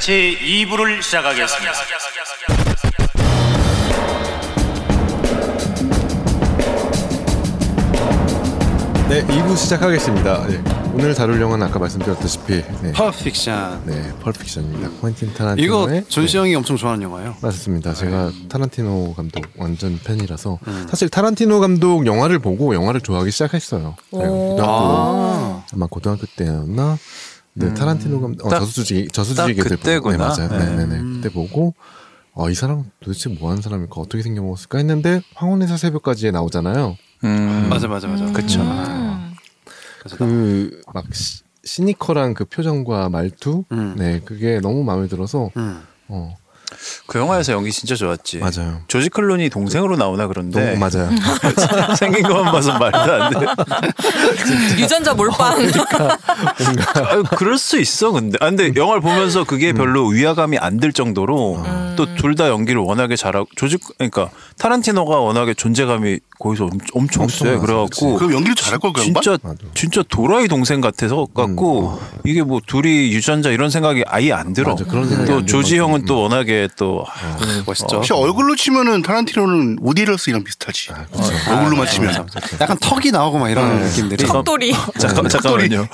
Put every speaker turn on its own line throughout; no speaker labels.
제 2부를 시작하겠습니다.
네, 2부 시작하겠습니다. 예, 오늘 다룰 영화는 아까 말씀드렸다시피 네,
퍼픽션.
네 펄픽션입니다. 퀸틴 타란티노의
이거 존시 형이 엄청 좋아하는 영화예요.
맞습니다. 제가
네.
타란티노 감독 완전 팬이라서
음.
사실 타란티노 감독 영화를 보고 영화를 좋아하기 시작했어요. 제가 고등학교,
아.
아마 고등학교 때였나? 네, 타란티노 감독 어,
음. 딱-
저수지 저수지
딱
네,
그때구나.
맞아요.
네.
네, 네, 네. 그때 보고 아, 이 사람 도대체 뭐 하는 사람일까? 어떻게 생겨 먹었을까 했는데 황혼에서 새벽까지에 나오잖아요.
음.
맞아 맞아 맞아.
그쵸.
그래서 나-
그 막 시니컬한 그 표정과 말투
음.
네 그게 너무 마음에 들어서
음.
어
그 영화에서 연기 진짜 좋았지.
맞아요
조지 클론이 동생으로 나오나
너무
그런데
맞아요
생긴 것만 봐서 말도 안 돼.
유전자 몰빵.
아유, 그럴 수 있어 근데. 아, 근데 영화를 보면서 그게 별로 위화감이 안 들 정도로 또 둘 다 연기를 워낙에 잘하고 조지 그러니까 타란티노가 워낙에 존재감이 거기서 엄- 엄청 세
엄청나서,
그래갖고
그럼 연기를 잘할 걸 그런
진짜
맞아. 음.
진짜 도라이 동생 같아서 같고 이게 뭐 둘이 유전자 이런 생각이 아예 안 들어.
맞아, 그런 생각이
또
안
조지
들어. 음. 어.
형은 또 워낙에 또 아,
멋있죠.
혹시 얼굴로 치면은 타란티노는 우디럴스랑 비슷하지. 어, 얼굴로만 치면.
아, 약간 턱이 나오고 막 이런 느낌들이.
잠깐-
턱돌이.
음.
잠깐 잠깐만요.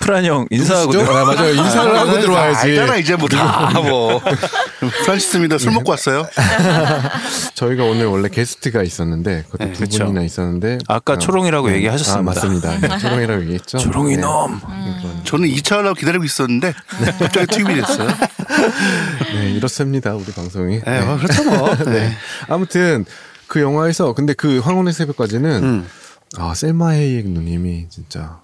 프란 형 인사하고
진짜? 아, 맞아요 인사를 하고 들어와야지
알잖아 이제 뭐. 다 뭐. 프란시스입니다. 술 먹고 왔어요.
저희가 오늘 원래 게스트가 있었는데 그것도
네,
두
그쵸.
분이나 있었는데
아까
어,
초롱이라고 얘기하셨습니다.
아, 맞습니다 네, 초롱이라고 얘기했죠
조롱이
네.
놈.
저는 2차 하려고 기다리고 있었는데 갑자기 투입이 됐어요.
네 이렇습니다 우리 방송이
네, 뭐 그렇죠 뭐. 네.
아무튼 그 영화에서 근데 그 황혼의 새벽까지는
음.
아 셀마 헤이액 누님이 진짜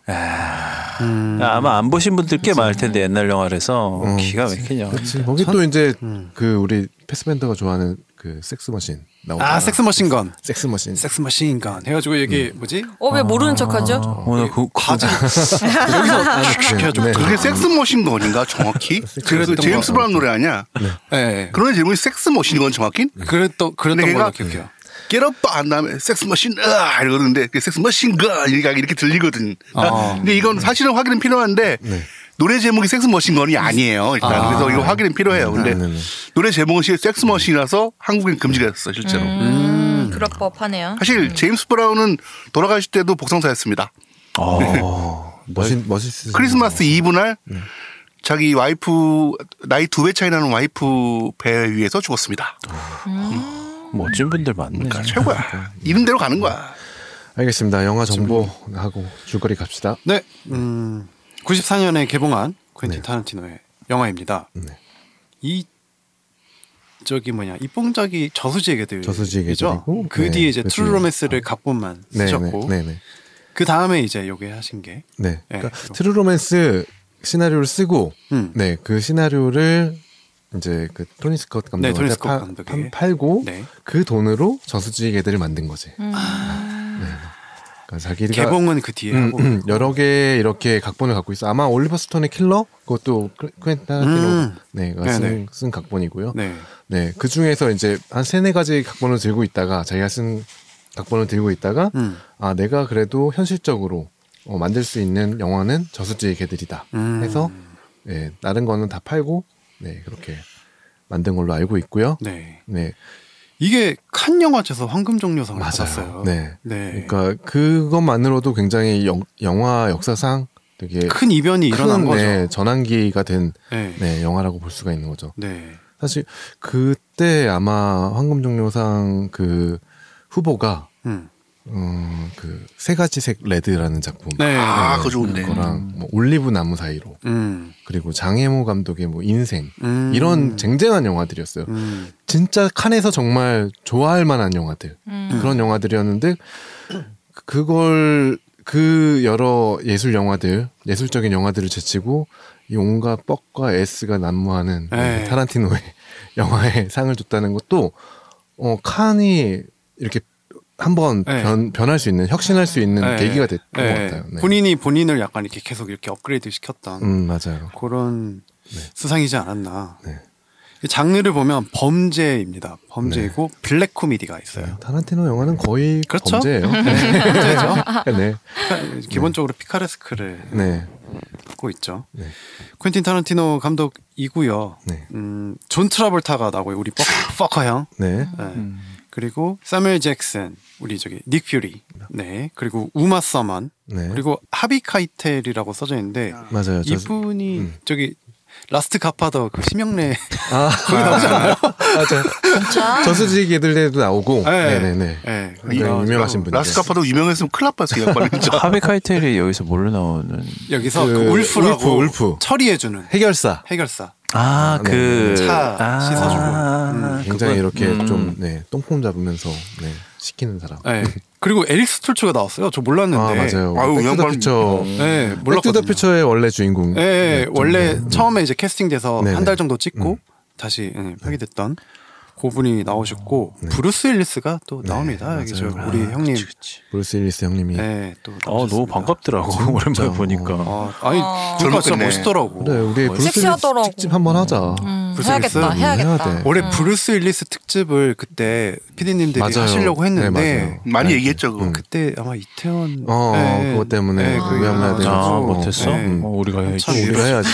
아마 안 보신 분들 꽤 많을 텐데 옛날 영화라서
어,
기가 막히냐.
그치. 거기 또 이제
음.
그 우리 패스밴더가 좋아하는 그 섹스 머신 나오잖아.
아 섹스 머신건.
섹스 머신. 음.
섹스 머신건 해가지고 여기 뭐지?
어, 왜 모르는 척하죠?
오늘 그 과자
아, 네, 네.
그게 섹스 머신 건인가 정확히? 그래서
그랬던
제임스
것
브라운 노래 아니야?
예.
그런 제목이 섹스 머신 건 정확히?
그랬던
근데
그랬던
걔가
걸로 기억해요.
깨럽바 안 다음에 섹스 머신 으아 이러는데 그 섹스 머신 건 이렇게 이렇게 들리거든.
아.
근데 이건 사실은 확인은 필요한데
네.
노래 제목이 섹스 머신 건이 아니에요. 일단 그래서 이거 확인은 필요해요. 근데
네, 네.
노래 제목은 실- 섹스 머신이라서 한국엔 금지가 됐어 실제로.
음, 그럴 법하네요.
사실 제임스 브라운은 돌아가실 때도 복성사였습니다.
아,
멋있 멋있으신
크리스마스
음.
이브 날
네.
자기 와이프 나이 두 배 차이 나는 와이프 배 위에서 죽었습니다.
멋진 분들 많네.
그러니까 최고야. 이런 대로 가는 거야.
분. 알겠습니다. 영화 정보하고 줄거리 갑시다.
네. 음, 94년에 개봉한 퀸틴 타란티노의 영화입니다.
네.
이 저기 뭐냐 이뽕작이 저수지의 개들
저수지의
이죠?
개들이고,
그
네,
뒤에 이제
그
트루
뒤에.
로맨스를 갑본만
네,
쓰셨고
네, 네, 네.
그 다음에 이제 요게 하신 게
네.
네,
그러니까
그리고-
트루 로맨스 시나리오를 쓰고
음.
네, 그 시나리오를 이제 그 토니 스콧
네, 토니
감독한테
스콧
파-
감독에게.
판- 팔고
네.
그 돈으로 저수지 개들을 만든 거지. 네. 그러니까 자기가
개봉은 그 뒤에
음,
하고
음, 여러 개 이렇게 각본을 갖고 있어. 아마 올리버 스톤의 킬러 그것도
음.
쿠엔타라티노네가 쓴,
네네.
쓴 각본이고요. 네.
네
그 중에서 이제 한 세네 가지 각본을 들고 있다가 자기가 쓴 각본을 들고 있다가
음.
아 내가 그래도 현실적으로 어, 만들 수 있는 영화는 저수지의 개들이다
음.
해서 네, 다른 거는 다 팔고 네 그렇게 만든 걸로 알고 있고요.
네
네,
이게 칸 영화제에서 황금종려상을
맞아요.
받았어요.
네.
네.
그러니까 그것만으로도 굉장히 영, 영화 역사상 되게
예. 큰 이변이 일어난
큰,
거죠.
네,
네.
전환기가 된
네.
네, 영화라고 볼 수가 있는 거죠. 사실 그때 아마 황금종려상 그 후보가
음.
음, 그세 가지색 레드라는 작품
네.
아,
네.
그거 좋은데.
거랑 뭐 올리브 나무 사이로
음.
그리고 장혜모 감독의 뭐 인생
음.
이런 쟁쟁한 영화들이었어요.
음.
진짜 칸에서 정말 좋아할 만한 영화들
음.
그런 영화들이었는데 그걸 그 여러 예술 영화들 예술적인 영화들을 제치고 이 온갖 뻑과 애스가 난무하는
에이.
타란티노의 영화에 상을 줬다는 것도 어 칸이 이렇게 한번
네.
변 변할 수 있는 혁신할 수 있는
네.
계기가 됐던
네.
것 같아요. 네.
본인이 본인을 약간 이렇게 계속 이렇게 업그레이드 시켰던
음 맞아요. 네.
그런 수상이지 않았나. 장르를 보면 범죄입니다. 범죄이고
네.
블랙 코미디가 있어요.
타란티노 영화는 거의
그렇죠?
범죄예요.
네, 범죄죠. 그러니까
네.
기본적으로 피카레스크를
네.
하고 있죠.
네.
퀸틴 타란티노 감독이고요.
네.
음, 존 트라볼타가 나고요. 우리 뻑, 퍼커 형.
네.
네. 그리고 사무엘 잭슨, 우리 저기 닉 퓨리. 네. 그리고 우마 서먼.
네.
그리고 하비 카이텔이라고 써져 있는데
맞아요. 저- 음.
이분이 저기 라스트 가파더 그 심형래
아, 거기 나오지 않아요? 맞아요. 저수지 개들레도 나오고.
네.
네, 네, 네.
네.
굉장히 유명하신 분이죠.
라스카파도 유명했으면 큰일 났어요. 이 양반은 진짜.
하비카이텔이 여기서 몰래 나오는
여기서 그,
그
울프라고
울프, 울프.
처리해주는
해결사.
해결사.
아,
네.
그.
차 씻어주고. 음,
굉장히
그건-
이렇게
음.
좀 네, 똥폼 잡으면서 네, 시키는 사람.
네. 그리고 에릭 스톨츠가 나왔어요. 저 몰랐는데.
아 맞아요.
아유,
백투더
양반-
퓨처.
네,
백투더
몰랐거든요.
퓨처의 원래 주인공.
예, 예, 원래 처음에 이제
네,
캐스팅돼서
네네. 음. 네.
한 달 정도 찍고 다시 예, 파기됐던 고분이 나오셨고 브루스 윌리스가 또
네,
나옵니다. 여기 저
아,
우리 형님.
브루스 윌리스 형님이.
예, 또.
어, 너무 반갑더라고. 오랜만에 보니까.
아, 아니,
아.
그러니까 진짜
젊었겠네.
멋있더라고.
그래 우리 브루스 윌리스
섹시하더라고.
특집 한번 하자.
음,
불쌍
해야겠다.
있어요?
해야겠다.
해야 돼.
올해 브루스 윌리스 특집을 그때 피디님들이
맞아요.
하시려고 했는데
네, 음. 맞아요.
많이 얘기했죠. 그거.
그때 아마 이태원
어,
예,
그것 때문에
예,
그
그게
위험해야
나와가지고.
돼요.
아,
어,
못했어?
네.
어, 우리가 해야지.
참
우리가 해야지.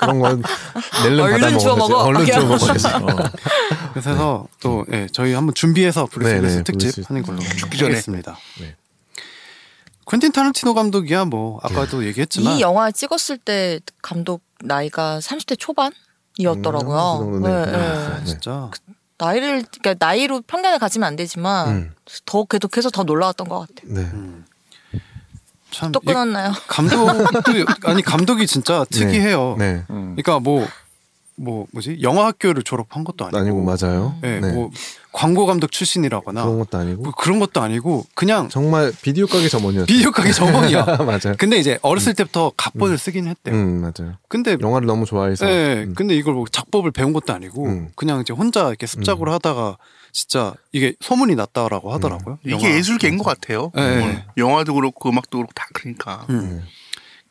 그런 건 낼름
얼른
받아
주워
먹어야지.
먹어.
얼른 주워 먹어야지.
그래서 또 예, 저희 한번 준비해서
네,
브루스리스
네,
특집
브루스-
하는 걸로
전에.
하겠습니다.
네.
퀸틴 타란티노 감독이야 뭐
예.
아까도 얘기했지만
이 영화 찍었을 때 감독 나이가 30대 초반이었더라고요.
음, 그 정도네.
네,
아.
네.
네.
진짜
나이를 그러니까 나이로 편견을 가지면 안 되지만
음.
더 계속해서 더 놀라웠던 것 같아요.
네.
참
또
이-
끊었나요?
감독도 아니 감독이 진짜 특이해요.
네.
그러니까 뭐 뭐 뭐지 영화 학교를 졸업한 것도 아니고,
아니고 맞아요. 네.
예, 뭐 광고 감독 출신이라거나
그런 것도 아니고
뭐 그런 것도 아니고 그냥
정말 비디오 가게 전문이었죠.
비디오 가게 전공이야.
맞아요.
근데 이제 어렸을 때부터 갑본을 쓰긴 했대요.
음 맞아요.
근데
영화를 너무 좋아해서
네,
음.
근데 이걸 뭐 작법을 배운 것도 아니고
음.
그냥 이제 혼자 이렇게 습작으로 하다가 진짜 이게 소문이 났다라고
음.
하더라고요. 영화.
이게 예술계인 것 같아요.
네.
정말. 영화도 그렇고 음악도 그렇고 다 그러니까.
네.
음.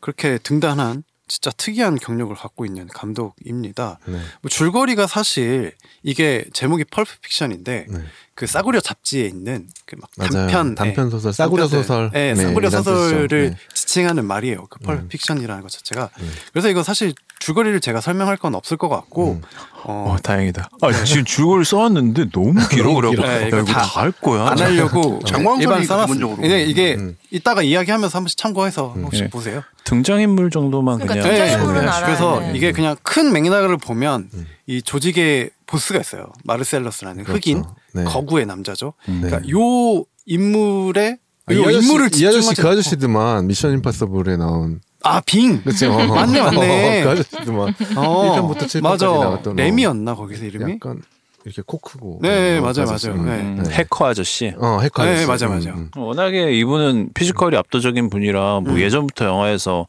그렇게 등단한 진짜 특이한 경력을 갖고 있는 감독입니다.
네.
뭐 줄거리가 사실 이게 제목이 펄프 픽션인데
네.
그 싸구려 잡지에 있는 그 막
맞아요.
단편
단편
예,
소설, 싸구려
단편들.
소설. 네,
예, 싸구려
이란 뜻이죠.
소설을
네.
지칭하는 말이에요. 그 펄프 픽션이라는 것 자체가 그래서 이거 사실 줄거리를 제가 설명할 건 없을 것 같고
음.
어,
어, 다행이다. 아, 지금 줄거리 써왔는데 너무 길어. 그러고.
길어.
야, 이거 다 할
아,
거야.
안
네.
하려고 네.
장광선이
일반
기본적으로.
써놨어요. 근데 이게
음.
이따가 이야기하면서 한 번씩 참고해서 혹시
네.
예.
보세요. 네.
등장인물 정도만 그냥.
그러니까 등장인물은
소개할 수-
알아야
그래서
돼.
이게 그냥 큰 맥락을 보면
음.
이 조직의 보스가 있어요. 마르셀러스라는 흑인
네.
거구의 남자죠.
네.
그러니까 요 인물의
아,
요
이 아저씨,
인물을
이 아저씨
집중하지
그
않고-
아저씨드만 미션 임파서블에 나온
아 빙.
그치 어.
맞네 맞네.
어, 그 아저씨드만
어,
1편부터 7편까지
맞아.
나왔던
램이었나 거기서 이름이?
약간 이렇게 코 크고
네,
어,
맞아요,
그 아저씨.
맞아요. 네.
음, 해커 아저씨.
어 해커
네,
아저씨.
맞아,
음,
맞아.
음.
어, 워낙에 이분은 피지컬이 압도적인 분이라 뭐 예전부터 영화에서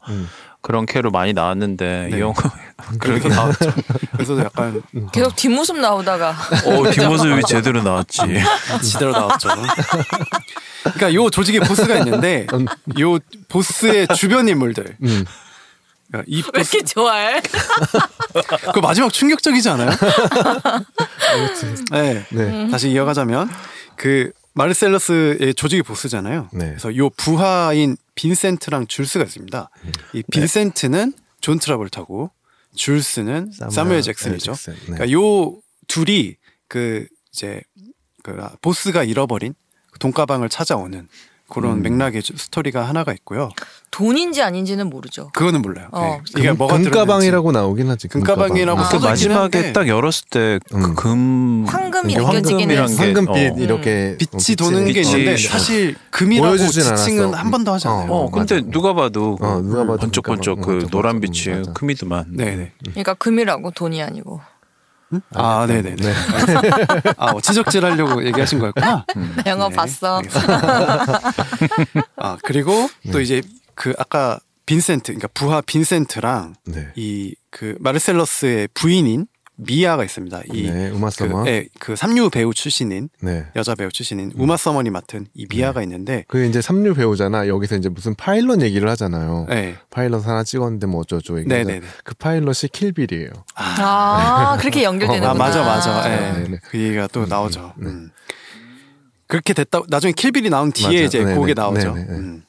그런 캐로 많이 나왔는데 이 영화
그래서 나왔죠. 그래서 약간
계속 뒷모습 나오다가
어, 뒷모습이 제대로 나왔지.
아, 지대로 나왔죠. 그러니까 요 조직의 보스가 있는데 요 보스의 주변 인물들.
음.
그러니까 이
왜
보스
이렇게 좋아해?
그 마지막 충격적이지 않아요? 네.
네.
음.
다시 이어가자면 그 마르셀러스의 조직이 보스잖아요.
네.
그래서 요 부하인 빈센트랑 줄스가 있습니다. 이 빈센트는 존 트라볼타고 줄스는
사무엘
사무엘 잭슨이죠.
잭슨, 네.
그러니까 요 둘이 그 이제 그 아, 보스가 잃어버린 그 돈가방을 찾아오는
음.
그런 맥락의 주- 스토리가 하나가 있고요.
돈인지 아닌지는 모르죠.
그거는 몰라요.
어.
네. 이게 뭐가 들어있는지.
금가방이라고 나오긴 하지.
금가방이라고 아,
그
써져
마지막에
있긴 한데
딱 열었을
음.
때그 금
황금이
이게
느껴지긴
황금이란
했어.
게,
황금빛
어.
이렇게
빛이 도는 게
빛이
있는데
있어.
사실 금이라고
보여주진
지칭은
않았어.
한 번도 하지 않아요.
어, 근데
맞아.
누가 봐도
어, 누가 봐도
번쩍번쩍
그러니까
그
번쩍번쩍.
노란
음,
빛이
맞아.
크미드만.
네네.
그러니까 금이라고 돈이 아니고.
아, 네네네. 아, 뭐 지적질 하려고 얘기하신 거였구나.
음.
나 영화
네,
봤어.
알겠습니다. 아, 그리고
네.
또 이제 그 아까 빈센트, 그러니까 부하 빈센트랑
네.
이 그 마르셀러스의 부인인 미아가 있습니다. 이
네, 우마 서머.
그,
네.
예, 그 삼류 배우 출신인 여자 배우 출신인
음.
우마 서머니 맡은 이 미아가 있는데
그 이제 삼류 배우잖아. 여기서 이제 무슨 파일럿 얘기를 하잖아요.
예.
파일럿 하나 찍었는데 뭐 어쩌고 얘기.
네네네.
그 파일럿이 킬빌이에요.
아, 그렇게 연결되는구나.
아 맞아 맞아 예.
네, 네.
그 얘기가 또 나오죠 음. 그렇게 됐다 나중에 킬빌이 나온 뒤에
맞아.
이제
네,
그게
네.
나오죠
네, 네, 네.
음.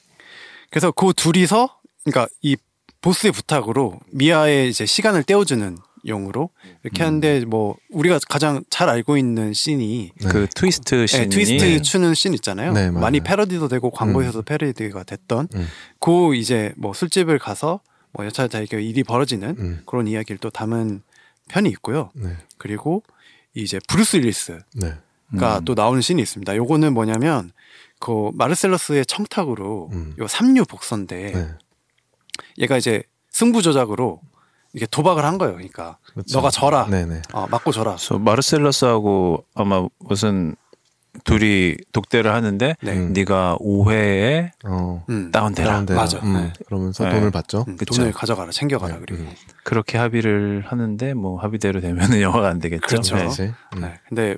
그래서 그 둘이서 그러니까 이 보스의 부탁으로 미아의 이제 시간을 때워주는 용으로 이렇게
음.
하는데 뭐 우리가 가장 잘 알고 있는 씬이
그 트위스트
네,
씬이
트위스트 추는 씬 있잖아요.
네, 맞아요.
많이 패러디도 되고 광고에서도 패러디가 됐던
음.
그 이제 뭐 술집을 가서 뭐 여차저차 이렇게 일이 벌어지는
음.
그런 이야기를 또 담은 편이 있고요.
네.
그리고 이제 브루스 윌리스가
네.
또 나오는 씬이 있습니다. 요거는 뭐냐면 그 마르셀러스의 청탁으로
음.
요 삼류 복선데
네.
얘가 이제 승부 조작으로 이게 도박을 한 거예요. 그러니까
그렇죠.
너가 져라.
네네.
어, 맞고 져라.
그래서 마르셀러스하고 아마 무슨 둘이 독대를 하는데
네.
네가 5회에
어.
음.
다운되라.
음. 다운돼요.
맞아.
음,
네.
그러면서
네.
돈을 받죠.
음,
그쵸.
돈을 가져가라. 챙겨가라. 그리고
음.
그렇게 합의를 하는데 뭐 합의대로 되면은 영화가 안 되겠죠.
그렇죠.
네.
그치? 음.
네. 근데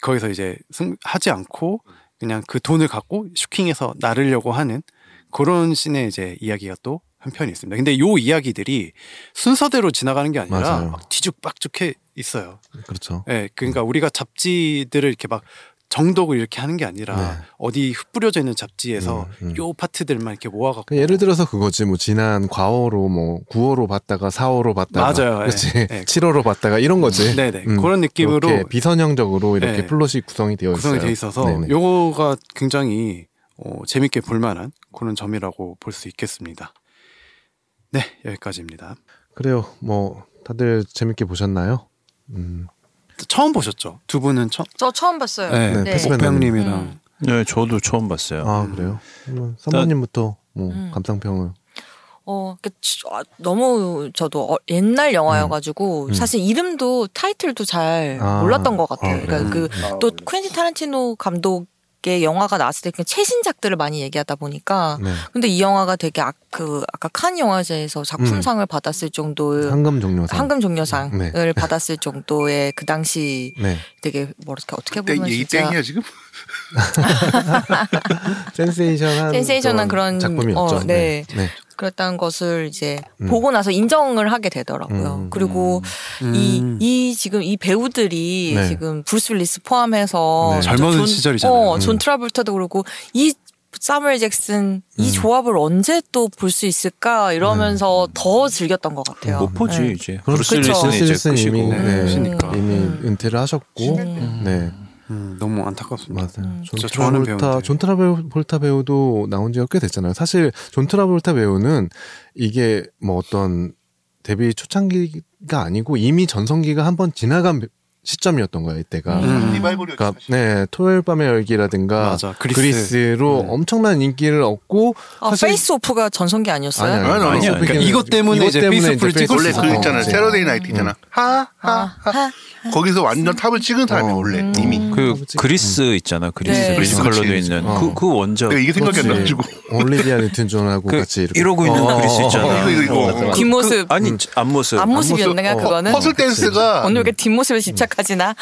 거기서 이제 승, 하지 않고 그냥 그 돈을 갖고 슈킹해서 나르려고 하는 그런 씬의 이제 이야기가 또 한편이 있습니다. 근데 요 이야기들이 순서대로 지나가는 게 아니라
맞아요.
막 뒤죽박죽해 있어요.
그렇죠.
예. 그러니까 우리가 잡지들을 이렇게 막 정독을 이렇게 하는 게 아니라
네.
어디 흩뿌려져 있는 잡지에서
음, 음.
요 파트들만 이렇게 모아갖고
그 예를 들어서 그거지 뭐 지난 과오로 뭐 9호로 봤다가 4호로 봤다가
맞아요. 예,
그렇지
예.
7호로 봤다가 이런 거지.
네네
음,
그런 느낌으로
이렇게 비선형적으로 이렇게
네.
플롯이 구성이 되어
구성이
있어요.
돼 있어서
네네.
요거가 굉장히 어, 재밌게 볼만한 그런 점이라고 볼 수 있겠습니다. 네 여기까지입니다.
그래요. 뭐 다들 재밌게 보셨나요? 음.
처음 보셨죠? 두 분은 처음?
저 처음 봤어요.
네,
네. 패스맨
오평님이랑
음.
네, 저도 처음
그러니까.
봤어요.
아 그래요.
음.
그러면 선배님부터 뭐
음.
감상평을.
어, 그, 치- 아, 너무 저도 어, 옛날 영화여가지고 사실 이름도 타이틀도 잘
음, 아.
몰랐던 것 같아요.
아,
그러니까 그 또
네.
퀸틴 타란티노 감독의 영화가 나왔을 때 그냥 최신작들을 많이 얘기하다 보니까
네.
근데 이 영화가 되게 아, 그 아까 칸 영화제에서 작품상을 받았을 정도의
황금 종려상.
황금 그 종려상을
음. 네.
받았을 정도의 그 당시
네.
되게 뭐랄까 어떻게
땡,
보면
얘기
음, 진짜
땡이야 지금?
센세이션한
센세이션한 그런-
작품이었죠.
어, 네.
네.
그랬다는 것을 이제
음.
보고 나서 인정을 하게 되더라고요.
음.
그리고 이,
음.
이 지금 이 배우들이
네.
지금 브루스 윌리스 포함해서
네.
진짜
젊은
존-
시절이잖아요.
어, 존 트라볼타도 그렇고 이 사무엘 잭슨 이 조합을 언제 또 볼 수 있을까 이러면서 더 즐겼던 것 같아요.
못 보지
네.
이제.
그럼
그쵸.
브루스 윌리스는
브루스
이제
윌슨
끝이고.
이미
네.
네.
끝이니까.
이미
음.
은퇴를 하셨고 네.
음, 너무 안타깝습니다.
맞아요.
음.
존
진짜 좋아하는
트라볼타
배우인데.
존 트라볼타 배우도 나온 지가 꽤 됐잖아요. 사실 존 트라볼타 배우는 이게 뭐 어떤 데뷔 초창기가 아니고 이미 전성기가 한 번 지나간 배- 시점이었던 거예요. 이때가.
음.
리바이벌이
그러니까 네 토요일 밤의 열기라든가
맞아, 그리스.
그리스. 로 엄청난 인기를 얻고
아,
사실-
페이스 오프가 전성기 아니었어요?
아니
아니, 아니,
아니
그러니까
이것 때문에 이제 페이스풀을
네,
찍을
원래
수
그
어,
있잖아요.
맞아.
세러데이 나이트잖아.
음.
하하
하. 음.
거기서 완전 탑을 찍은 사람이
어.
원래 이미.
그 그리스 있잖아. 그리스
네.
뮤지컬로도
그리스.
있는
어.
그, 그 원작.
내가 이게 생각이 안 나가지고.
음.
올리비아 뉴튼 존하고
그
같이 이렇게
이러고 있는
어,
그리스
어, 어,
있잖아. 그,
어, 어,
이거, 이거,
어,
이거.
맞아, 맞아.
뒷모습.
아니 앞모습.
앞모습이었나
앞모습,
그러니까 그거는
퍼즐 댄스가
음. 오늘 왜 이렇게 뒷모습에 집착하지나?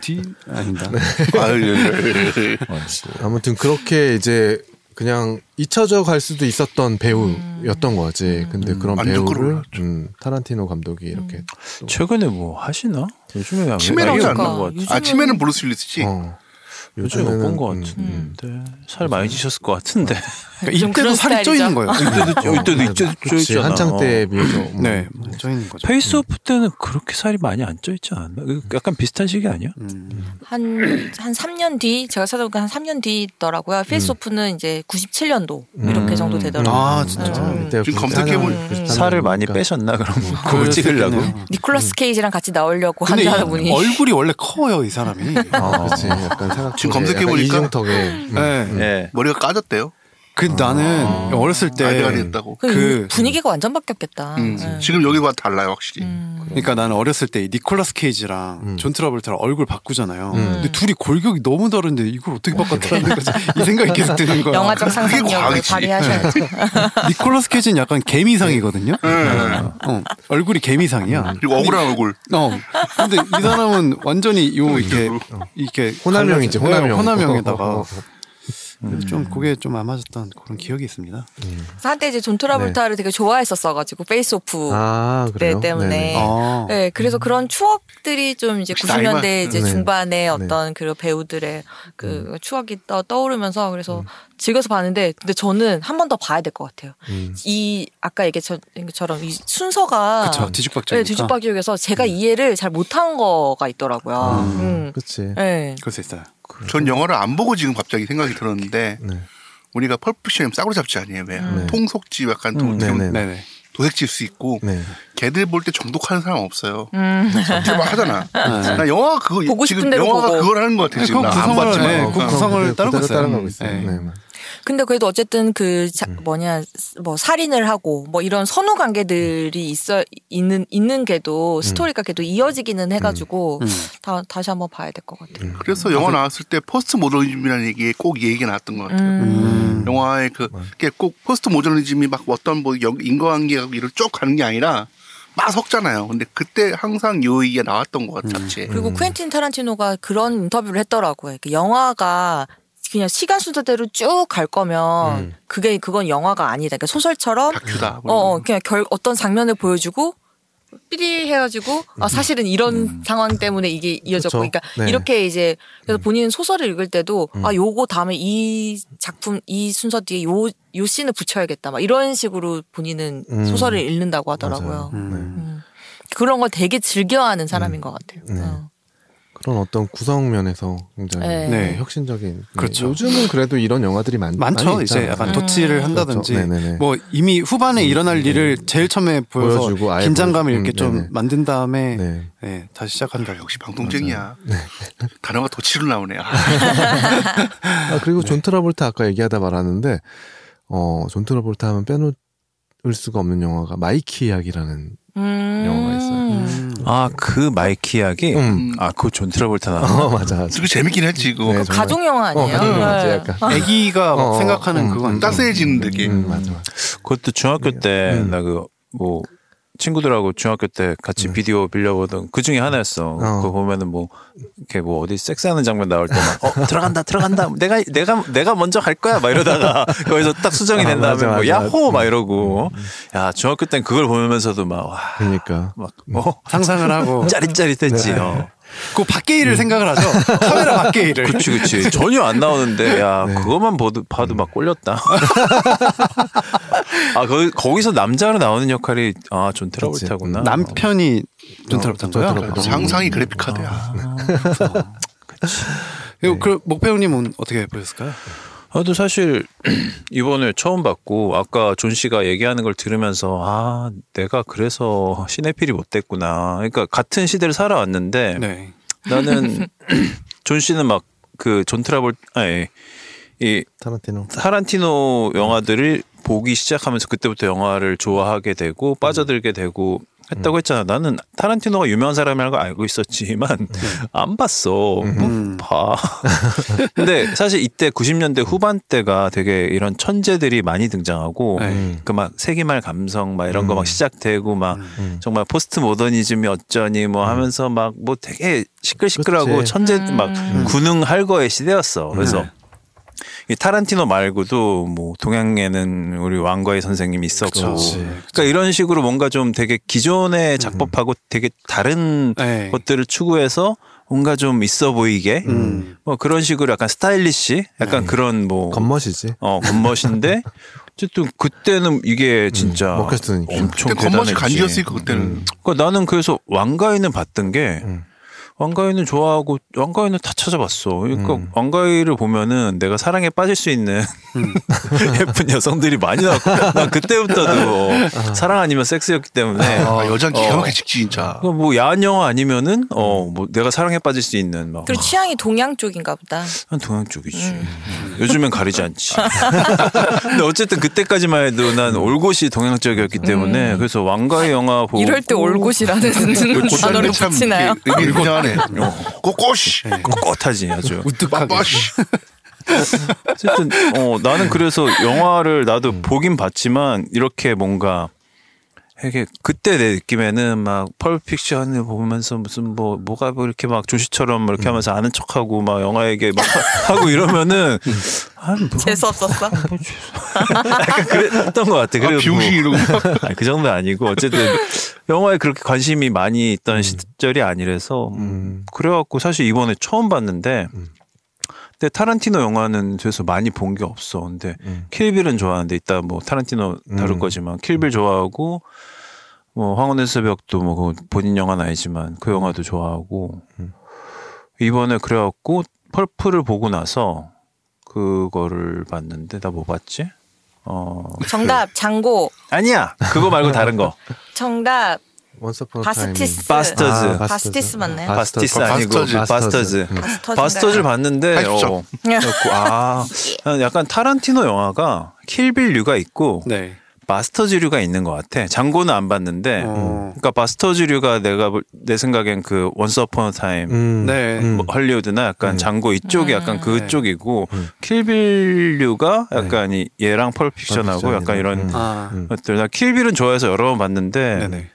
뒤 아니다.
아유, 예, 예, 예.
음. 아무튼 그렇게 이제 그냥 잊혀져 갈 수도 있었던 배우였던 거지. 근데 그런
완전
배우를
끌어올랐죠.
음, 타란티노 감독이 이렇게
최근에 뭐 하시나? 요즘에 안
치매라고
많이
하지
없는
않나?
그러니까
것 같아.
아 치매는 브루스 윌리스지.
음. 그러니까. 어,
요즘에 못 본 것
음,
같은데 살 많이 찌셨을 것 같은데
그러니까
좀
이때도
그런
살이
스타일이죠.
쪄 있는 거예요.
이때도 이때도 이때도
그치,
쪄있잖아.
음.
어.
한창 때에 비해서 음,
네, 뭐쪄 있는 거죠.
페이스오프 때는 그렇게 살이 많이 안 쪄있지 않나? 그 약간 비슷한 시기 아니야?
음.
한, 한 3년 뒤, 제가 찾아보니까 한 3년 뒤더라고요. 필스 오프는 이제 97년도 이렇게 정도 되더라고요.
아 진짜.
맞아. 음. 이때가
지금
94년,
검색해보니
93년
살을 많이
이니까.
빼셨나 그럼
그럴
그걸
수
찍으려고?
있겠네요.
니콜라스 케이지랑 같이 나오려고
근데
한다
이
보니.
얼굴이 원래 커요 이 사람이.
아,
어.
그렇지. 약간 생각
지금 검색해보니까-
이중턱에 음.
네.
예.
머리가 까졌대요.
그 나는 어렸을 때
아대가 됐다고.
그
그-
분위기가 완전 바뀌었겠다.
음,
네.
지금 여기와 달라요 확실히.
음.
그 그러니까 나는 어렸을 때 니콜라스 케이지랑
음.
존 트라볼타랑 얼굴 바꾸잖아요. 근데 둘이 골격이 너무 다른데 이걸 어떻게
음.
바꿨다는 거지? 이 생각이 계속 드는 거야.
영화적 상상력을
과학이지.
발휘하셔야죠.
니콜라스 케이지는 약간 개미상이거든요.
음.
어, 얼굴이 개미상이야.
그리고 억울한 얼굴.
어. 근데 이 사람은 완전히 요 이렇게 이렇게
호남형이지,
갈라져-
호남형.
네, 호남형에다가
음. 어, 어,
그래서 좀 그게 좀 안 맞았던 그런 기억이 있습니다.
그래서 한때 이제 존 트라볼타를 되게 좋아했었어가지고 페이스오프
아,
때
그래요?
때문에
네네.
아.
네, 그래서 그런 추억들이 좀 이제
혹시
90년대
나이만-
이제
네.
중반에 어떤 그 배우들의 그 추억이 떠, 떠오르면서 그래서 즐겨서 봤는데 근데 저는 한 번 더 봐야 될 것 같아요. 이 아까 얘기했던 것처럼 이 순서가
그쵸,
네,
뒤죽박죽이니까.
뒤죽박죽에서 제가 이해를 잘 못한 거가 있더라고요. 음.
그치.
네.
그럴 수 있어요.
전 영화를 안 보고 지금 갑자기 생각이 들었는데
네.
우리가 펄프시엠 싸구려 잡지 아니에요? 왜 통속지 약간 도,
네, 네.
네. 음, 네네.
도색질 수 있고
네.
걔들 볼 때 정독하는 사람 없어요. 갑자기 막 하잖아. 나 그러니까 영화 그거
음. 네. 보고 싶은
지금
대로
영화가
보고.
그걸 하는 것 같아 지금
그거
나 안
구성을
봤지만
해. 네, 그거
어,
구성- 구성을
그대로
따르고 있어요.
따라가고 있어요.
네.
네.
근데 그래도 어쨌든 그 자, 뭐냐 뭐 살인을 하고 뭐 이런 선후 관계들이 있어 있는 있는 게도 스토리가 걔도 이어지기는 해가지고 다 다시 한번 봐야 될 것 같아요.
그래서
음.
영화 나왔을 때 포스트 모더니즘이라는 얘기에 꼭 이 얘기가 나왔던 것 같아요.
음.
영화의 그,
음.
그게 꼭 포스트 모더니즘이 막 어떤 뭐 여- 인과관계하고 이를 쭉 가는 게 아니라 막 섞잖아요. 근데 그때 항상 요 얘기가 나왔던 것 같아요.
음.
같이.
그리고 쿠엔틴 타란티노가 그런 인터뷰를 했더라고요. 그 영화가 그냥 시간 순서대로 쭉 갈 거면 그게 그건 영화가 아니다. 그러니까 소설처럼
음.
다큐다.
어, 어 그냥 결 어떤 장면을 보여주고 삐리 해가지고 아 사실은 이런 상황 때문에 이게 이어졌고
음. 그쵸.
그러니까
네. 음.
이렇게 이제 그래서 본인은 소설을 읽을 때도 아 요거 다음에 이 작품 이 순서 뒤에 요 요 씬을 붙여야겠다 막 이런 식으로 본인은
음.
소설을 읽는다고 하더라고요.
음.
그런 걸 되게 즐겨하는
음.
사람인 것 같아요.
네.
어.
그런 어떤 구성 면에서 굉장히
네.
네.
혁신적인. 네.
그렇죠.
요즘은 그래도 이런 영화들이 많,
많죠.
많이
이제
있잖아요. 네.
약간 도치를 한다든지
그렇죠. 네네네.
뭐 이미 후반에 일어날 일을 제일 처음에 보여서
보여주고 아예
긴장감을
보여주고.
이렇게 좀
네네.
만든 다음에
네.
네, 다시 시작한다.
역시 방통쟁이야. 단어가 도치로 나오네. 아,
아,
네.
그리고 존 트라볼타 아까 얘기하다 말았는데 어, 존 트라볼타 하면 빼놓을 수가 없는 영화가 마이키 이야기라는
음.
영화가 있어요.
음.
아 그 마이키 이야기.
음.
아그 존 트라볼타 나와.
어, 맞아. 맞아.
되게 재밌긴 했지. 그거
네, 정말.
가족 영화 아니에요?
어, 가족 영화지
네.
약간.
아기가 막
어, 어,
생각하는
음,
그건
따스해지는 느낌.
음, 맞아, 맞아.
그것도 중학교
네.
때 나 그 뭐 친구들하고 중학교 때 같이
네.
비디오 빌려보던 그 중에 하나였어. 그거 보면은 뭐 이렇게 뭐 어디 섹스하는 장면 나올 때막 어, 들어간다 들어간다 내가 내가 내가 먼저 갈 거야 막 이러다가 거기서 딱 수정이 된
아,
다음에
맞아, 음,
뭐
맞아.
야호 막 이러고 야 중학교 땐 그걸 보면서도 막와막
그러니까.
어,
상상을 하고
짜릿짜릿했지.
네.
어.
그 밖의 일을 생각을 하죠. 카메라 밖의 일을.
그치 그치 전혀 안 나오는데 야
네.
그것만 봐도 봐도
음.
막 꼴렸다. 아 거, 거기서 남자로 나오는 역할이 아존 트라볼타구나.
남편이 존탈했던 거야.
상상이 그래픽카드야.
그리고 그 목배우님은 어떻게 보셨을까요?
저도 사실 이번에 처음 봤고 아까 존 씨가 얘기하는 걸 들으면서 아 내가 그래서 시네필이 못 됐구나. 그러니까 같은 시대를 살아왔는데
네.
나는 존 씨는 막 그 존 트라볼 아니 이
타란티노.
타란티노 영화들을 보기 시작하면서 그때부터 영화를 좋아하게 되고 빠져들게 되고 했다고 했잖아. 나는 타란티노가 유명한 사람이라는 걸 알고 있었지만 안 봤어. 못 봐. 근데 사실 이때 90년대 후반 때가 되게 이런 천재들이 많이 등장하고
네.
그 막 세기말 감성 막 이런 거 막 시작되고 막 정말 포스트 모더니즘이 어쩌니 뭐 하면서 막 뭐 되게 시끌시끌하고
그치.
천재 막
음.
군웅 할거의 시대였어. 그래서
네.
이 타란티노 말고도 뭐 동양에는 우리 왕과의 선생님이 있었고 그러니까 이런 식으로 뭔가 좀 되게
음.
기존의 작법하고 되게 다른
네.
것들을 추구해서 뭔가 좀 있어 보이게 뭐 그런 식으로 약간 스타일리시 약간 그런 뭐
음. 네. 겉멋이지.
어, 겉멋인데 어쨌든 그때는 이게 진짜
음. 먹혔으니까.
엄청
그때 겉멋이
대단했지. 음.
간지였으니까 그때는.
그러니까 나는 그래서 왕가인은 봤던 게 왕가위는 좋아하고 왕가위는 다 찾아봤어. 그러니까 왕가위를 보면은 내가 사랑에 빠질 수 있는 예쁜 여성들이 많이 나왔고 난 그때부터도 사랑 아니면 섹스였기 때문에
아, 여자 기가
어.
막히게 찍지 진짜.
그뭐 야한 영화 아니면은 어 뭐 내가 사랑에 빠질 수 있는 막
그리고 취향이 동양 쪽인가 보다.
한 동양 쪽이지.
음.
요즘엔 가리지 않지. 근데 어쨌든 그때까지만 해도 난 올곳이 동양 쪽이었기 때문에 그래서 왕가의 영화
뭐,
보고
음. 이럴 때 올곳이라는
그
단어를 붙이나요?
의미 굉장하네. 꼬꼬시.
음. 꼿꼿하지 아주.
우뚝하게.
빠빠시.
어쨌든 어, 나는 그래서 영화를 나도 보긴 봤지만 이렇게 뭔가 이게 그때 내 느낌에는 막 펄픽션을 보면서 무슨 뭐 뭐가 뭐 이렇게 막 조시처럼 이렇게 하면서 아는 척하고 막 영화 얘기 막 하- 하고 이러면은 아, 뭐
재수 없었어.
약간 그랬던 것 같아.
아,
그래도 뭐.
비용식 이러고.
아니, 그 정도 아니고 어쨌든 영화에 그렇게 관심이 많이 있던 시절이 아니라서 음, 그래갖고 사실 이번에 처음 봤는데 근데 타란티노 영화는 그래서 많이 본 게 없어. 근데 킬빌은 좋아하는데 이따 뭐 타란티노 다룰
음.
거지만 킬빌 좋아하고 뭐 황혼의 새벽도 뭐 그거 본인 영화는 아니지만 그 영화도 좋아하고 이번에 그래갖고 펄프를 보고 나서 그거를 봤는데 나 뭐 봤지? 어
정답 장고.
아니야 그거 말고 다른 거
정답
원스 어폰
바스티스.
바스터즈 음,
아, 뭐 바스-
바스티스 음. 맞나요?
바-
바스티스
바스터즈.
아니고
바스터즈.
바스터즈
바스터즈인가요?
바스터즈를 봤는데 어, 그래갖고 아 나는 약간 타란티노 영화가 킬빌류가 있고
네.
바스터즈류가 있는 것 같아 장고는 안 봤는데
어.
그러니까 바스터즈류가 내가 볼- 내 생각엔 그 원스 어폰 타임
음.
네.
음.
뭐 헐리우드나 약간 장고 이쪽이 약간 그쪽이고 킬빌류가 약간 이 얘랑 펄픽션하고 약간 이런
아.
것들 나 킬빌은 좋아해서 여러 번 봤는데
네네.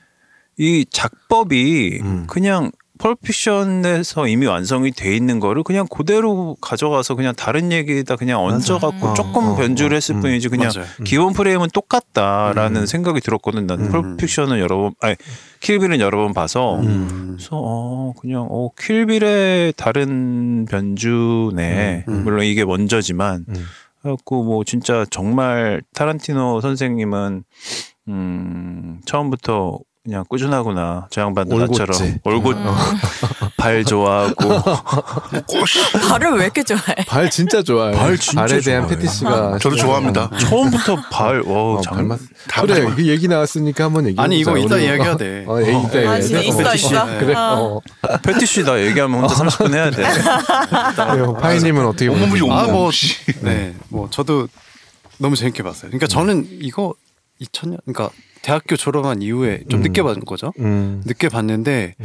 이 작법이
음.
그냥 펄픽션에서 이미 완성이 돼 있는 거를 그냥 그대로 가져가서 그냥 다른 얘기에다 그냥 얹어갖고
어,
조금
어, 음.
변주를 했을 뿐이지 그냥
맞아요. 음.
기본 프레임은 똑같다라는 생각이 들었거든. 난 펄픽션은 여러 번, 아니 킬빌은 여러 번 봐서
음.
그래서 어 그냥 어 킬빌의 다른 변주네.
음,
물론 이게 먼저지만 그래갖고 뭐 진짜 정말 타란티노 선생님은 음 처음부터 그냥 꾸준하구나 저 양반도
올곧지. 음. 어.
나처럼 올고 발 좋아하고
꼬꼬시.
발을 왜 이렇게 좋아해?
발 진짜 좋아요.
발 진짜
발에 대한
좋아해요.
패티시가
저도 좋아합니다.
처음부터 발와
어,
장
발맛. 그래 그 얘기 나왔으니까 한번 얘기.
아니, 이거 이따 이야기해야 돼.
어, 예, 이따 얘기해야
아, 진짜
돼.
있어,
패티시.
있어.
그래.
아.
어.
패티씨 나 얘기하면 혼자 30분 해야 돼.
그래요. 파이님은 어떻게
온몸이
보세요?
온몸.
아, 뭐,
씨.
네. 뭐, 저도 너무 재밌게 봤어요. 그러니까 저는 이거 2000년, 그러니까 대학교 졸업한 이후에 좀 늦게 본 거죠.
음.
늦게 봤는데,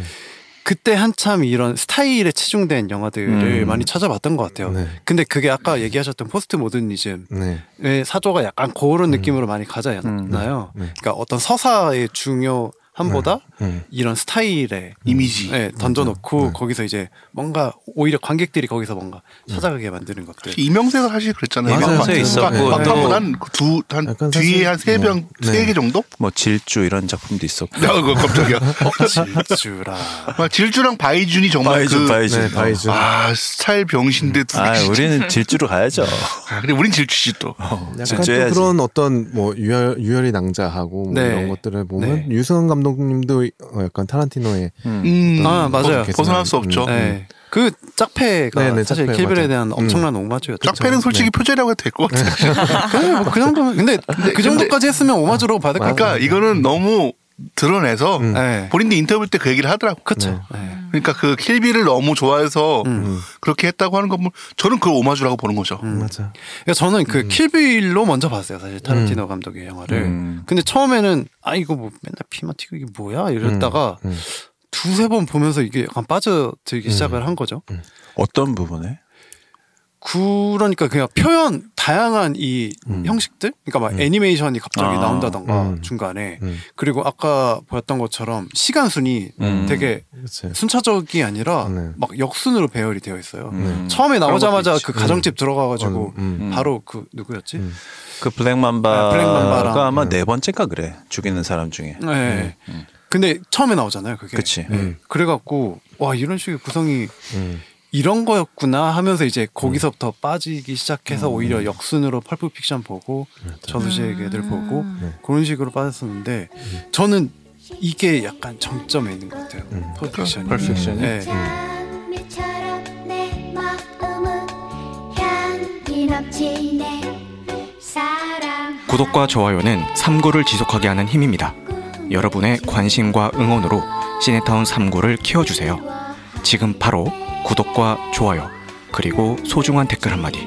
그때 한참 이런 스타일에 치중된 영화들을 많이 찾아봤던 것 같아요.
네.
근데 그게 아까 얘기하셨던 포스트 모더니즘
네.
의 사조가 약간 그런 느낌으로 많이 가지 않나요? 그러니까 어떤 서사의 중요함보다
음.
이런 스타일에
이미지.
예, 던져놓고 거기서 이제 뭔가 오히려 관객들이 거기서 뭔가 찾아가게 만드는 것들.
이명세가 사실 그랬잖아요.
맞아요.
그러니까
있었고
막판보단 그두한
약간 사실-
뒤에 한 세 병,
네.
세 개 정도?
뭐 질주 이런 작품도 있었고
야, 그거 깜짝이야.
질주라.
막 질주랑 바이준이 정말
바이준
그
바이준.
네, 바이준.
아, 스타일 병신데 두
아
개씩.
우리는 질주로 가야죠.
아, 근데 우린 질주지 또.
약간 또
질주해야지.
그런 어떤 뭐 유열 유열이 낭자하고 뭐
네.
이런 것들을 보면
네.
유승환 감독님도 어, 약간 타란티노의
음.
아 맞아요.
계속-
벗어날 수 없죠.
음.
예. 그 짝패가
네네,
사실
짝패,
킬빌에
맞아요. 음.
대한 엄청난 오마주였죠.
짝패는 솔직히 표제라고 해도 될 것 같아요.
그래, 뭐그 정도면 근데 그 정도까지 했으면 오마주로 받을 것
그러니까 이거는 너무 드러내서
네.
본인도 인터뷰 때 그 얘기를 하더라고.
그렇죠.
네. 음,
예.
그러니까 그 킬비를 너무 좋아해서
음.
그렇게 했다고 하는 건 뭐, 저는 그걸 오마주라고 보는 거죠.
음. 맞아.
그러니까 저는 그
음.
킬빌로 먼저 봤어요.
음.
사실 타르티노 감독의 영화를.
음.
근데 처음에는 아 이거 뭐 맨날 피만 튀고 이게 뭐야 이랬다가
음.
두세 번 보면서 이게 약간 빠져들기 시작을 한 거죠.
음.
어떤 부분에?
그러니까 그냥 표현 다양한 이 형식들, 그러니까 막 애니메이션이 갑자기
아,
나온다던가
음.
중간에
음.
그리고 아까 보였던 것처럼 시간 순이
음.
되게
그렇지.
순차적이 아니라
네.
막 역순으로 배열이 되어 있어요.
음.
네. 처음에 나오자마자
그런 것도
그 가정집 들어가가지고
음,
음.
바로 그 누구였지?
그 블랙맘바가
아, 블랙맘바랑.
아마 네 번째가 그래 죽이는 사람 중에.
네. 근데 처음에 나오잖아요, 그게.
그치.
네.
음.
그래갖고 와 이런 식의 구성이
음.
이런 거였구나 하면서 이제
음.
거기서부터 빠지기 시작해서 오히려 역순으로 펄프
음. 네. 음.
픽션 보고 저수지의 개들 보고 그런 식으로 빠졌었는데 저는 이게 약간 정점에 있는 것 같아요. 퍼펙션이.
퍼펙션이?
네.
장미처럼 내 마음은 향기 넘치네 사랑
구독과 좋아요는 3구를 지속하게 하는 힘입니다.
어.
여러분의 관심과 응원으로 시네타운 3구를 키워주세요. 지금 바로 구독과 좋아요, 그리고 소중한 댓글 한마디,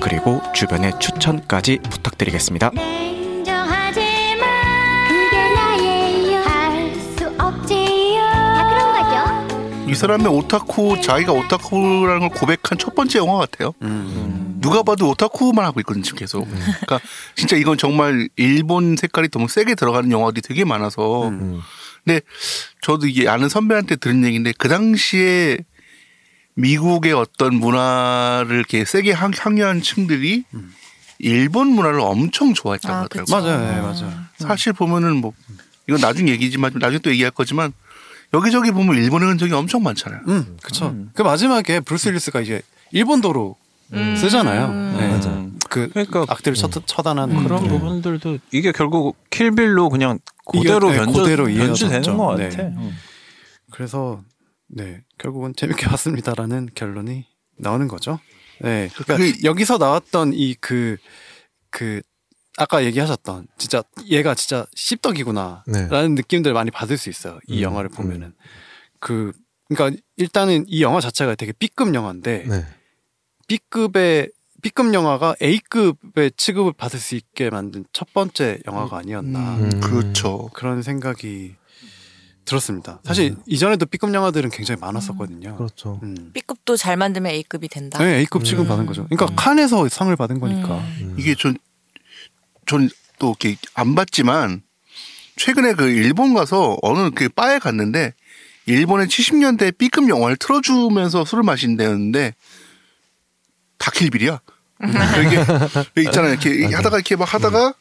그리고 주변의 추천까지 부탁드리겠습니다.
냉정하지만 그게 나예요 할 수 없지요 다 그런 거죠
이 사람의 오타쿠 자기가 오타쿠라는 걸 고백한 첫 번째 영화 같아요. 누가 봐도 오타쿠만 하고 있거든요 지금 계속. 그러니까 진짜 이건 정말 일본 색깔이 너무 세게 들어가는 영화들이 되게 많아서. 근데 저도 이게 아는 선배한테 들은 얘기인데 그 당시에 미국의 어떤 문화를 이렇게 세게 향- 향유한 층들이 일본 문화를 엄청 좋아했다고
아,
하더라고요.
그쵸.
맞아요, 네, 맞아요.
사실 보면은 뭐 이건 나중 얘기지만 나중에 또 얘기할 거지만 여기저기 보면 일본의 흔적이 엄청 많잖아요.
음, 그쵸. 그 마지막에 브루스 윌리스가 이제 일본도로 쓰잖아요. 네. 그
음. 그러니까
악들을 음, 쳐, 처단하는
그런
거.
부분들도 이게 결국 킬빌로 그냥 그대로
이게, 네,
변조,
그대로
변주되는
이어졌죠.
것
네.
같아.
그래서 네 결국은 재밌게 봤습니다라는 결론이 나오는 거죠. 네, 그러니까
그게-
여기서 나왔던 이 그 그 아까 얘기하셨던 진짜 얘가 진짜
네.
씹덕이구나라는 느낌들 많이 받을 수 있어요. 이
음,
영화를 보면은 그 그러니까 일단은 이 영화 자체가 되게 B급 영화인데
네.
B급의 B급 영화가 A급의 취급을 받을 수 있게 만든 첫 번째 영화가 아니었나.
음.
그렇죠.
그런 생각이 들었습니다. 사실 이전에도 B급 영화들은 굉장히 많았었거든요.
음. 그렇죠.
음.
B급도 잘 만들면 A급이 된다.
네, A급 취급
음.
받은 거죠. 그러니까 칸에서 상을 받은 거니까.
이게 전, 전 또 이렇게 안 봤지만 최근에 그 일본 가서 어느 그 바에 갔는데 일본의 70년대 B급 영화를 틀어주면서 술을 마신다였는데 다 킬빌이야. 그러니까 이게 왜 있잖아요. 음, 이렇게 하다가 이렇게 막 하다가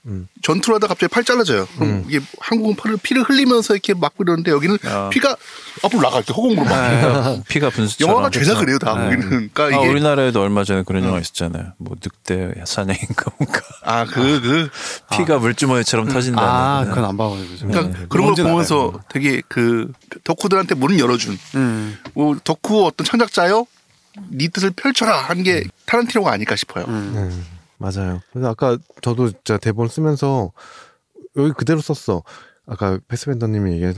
전투를 하다가 갑자기 팔 잘라져요. 그럼 이게 한국은 팔을 피를 흘리면서 이렇게 막 이러는데 여기는 피가 앞으로 나가 이렇게 허공으로 막.
피가 분수처럼. 그렇죠.
영화가 죄다 그래요 다 거기는. 그러니까
아,
이게
우리나라에도 얼마 전에 그런 영화 있었잖아요. 뭐 늑대 사냥인가 뭔가
아그 그.
피가 물주머니처럼
음.
터진다는.
아,
네,
그런.
그건 안 봐가지고.
그러니까 그런 걸
네, 뭔지는
보면서
알아요.
되게 그 덕후들한테 문을 열어준
음.
뭐 덕후 어떤 창작자요 네 뜻을 펼쳐라 한 게
음.
타란티노가 아닐까 싶어요.
네, 맞아요. 그래서 아까 저도 진짜 대본 쓰면서 여기 그대로 썼어. 아까 패스벤더님이 얘기한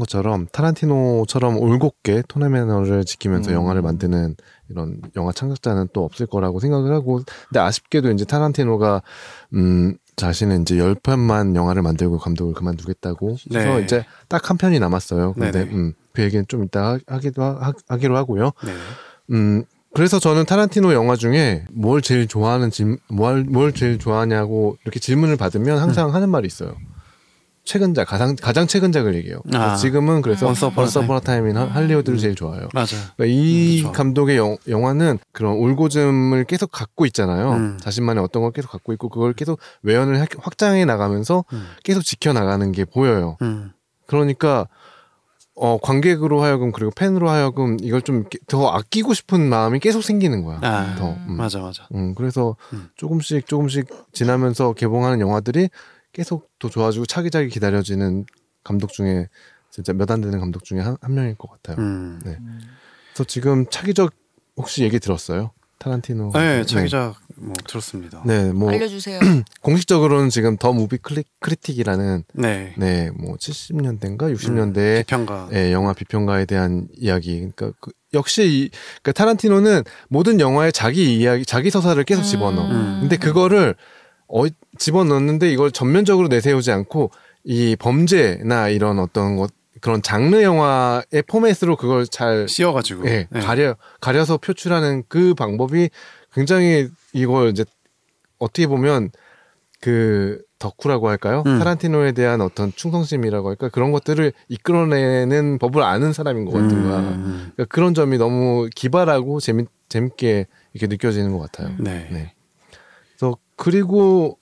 것처럼 타란티노처럼 올곧게 톤의 매너를 지키면서
음.
영화를 만드는 이런 영화 창작자는 또 없을 거라고 생각을 하고 근데 아쉽게도 이제 타란티노가 음 자신은 이제 열 편만 영화를 만들고 감독을 그만두겠다고
네.
해서 이제 딱 한 편이 남았어요. 근데
네네.
음, 그 얘기는 좀 이따 하, 기도 하, 기로 하고요.
네.
음, 그래서 저는 타란티노 영화 중에 뭘 제일 좋아하는 질, 뭘, 뭘 제일 좋아하냐고 이렇게 질문을 받으면 항상
음.
하는 말이 있어요. 최근작 가장 가장 최근작을 얘기해요.
아.
지금은 그래서
Once Upon a
Once Upon a Time인 하- 할리우드를 제일 좋아해요.
맞아.
그러니까 이
음, 그쵸.
감독의 영, 영화는 그런 올고즘을 계속 갖고 있잖아요.
음.
자신만의 어떤 걸 계속 갖고 있고 그걸 계속 외연을 확- 확장해 나가면서
음.
계속 지켜 나가는 게 보여요.
음.
그러니까 어 관객으로 하여금 그리고 팬으로 하여금 이걸 좀 더 아끼고 싶은 마음이 계속 생기는 거야.
아,
더 음.
맞아, 맞아.
음, 그래서
음.
조금씩 조금씩 지나면서 개봉하는 영화들이 계속 더 좋아지고 차기차기 기다려지는 감독 중에 진짜 몇 안 되는 감독 중에 한, 한 명일 것 같아요.
음.
네. 그래서 지금 차기작 혹시 얘기 들었어요? 타란티노.
네, 자기작 뭐 들었습니다.
네, 뭐
알려주세요.
공식적으로는 지금 더 무비 클릭 크리틱이라는
네. 음,
네, 뭐 70년대인가 60년대에
비평가.
예, 영화 비평가에 대한 이야기. 그러니까 그- 역시 이, 그러니까 타란티노는 모든 영화에 자기 이야기, 자기 서사를 계속 집어넣어.
음.
근데 그거를 어, 집어넣는데 이걸 전면적으로 내세우지 않고 이 범죄나 이런 어떤 것 그런 장르 영화의 포맷으로 그걸 잘
씌워가지고.
예,
네.
가려 가려서 표출하는 그 방법이 굉장히 이걸 이제 어떻게 보면 그 덕후라고 할까요?
음.
타란티노에 대한 어떤 충성심이라고 할까 그런 것들을 이끌어내는 법을 아는 사람인 것 같은 거야.
음.
그러니까 그런 점이 너무 기발하고 재밌 재밌게 이렇게 느껴지는 것 같아요.
네.
네. 그래서 그리고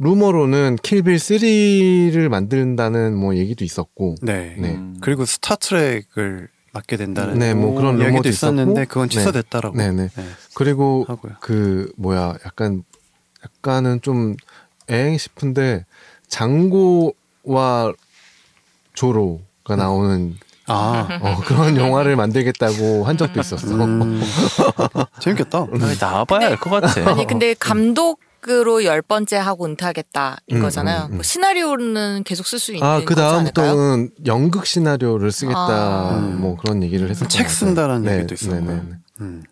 루머로는 킬빌 3를 만든다는 뭐 얘기도 있었고
네.
네.
음.
그리고 스타트랙을 맡게 된다는
네, 뭐 그런
이야기도
루머도
있었는데
있었고.
그건 취소됐다라고.
네, 네.
네.
그리고
하고요.
그 뭐야 약간 약간은 좀 엥 싶은데 장고와
음.
조로가 나오는
아,
어, 그런 영화를 만들겠다고 한 적도 있었어.
음. 재밌겠다.
나와봐야 알 것
음.
같아.
아니 근데 감독으로 열 번째 하고 은퇴하겠다
음,
이거잖아요.
음, 음.
뭐 시나리오는 계속 쓸 수 있는
음.
아, 그
거지 않을까요?
다음부터는 연극 시나리오를 쓰겠다,
아.
뭐 그런 얘기를 했었던 것
책
같아요.
쓴다라는 얘기도 있었고요.
네네.
음.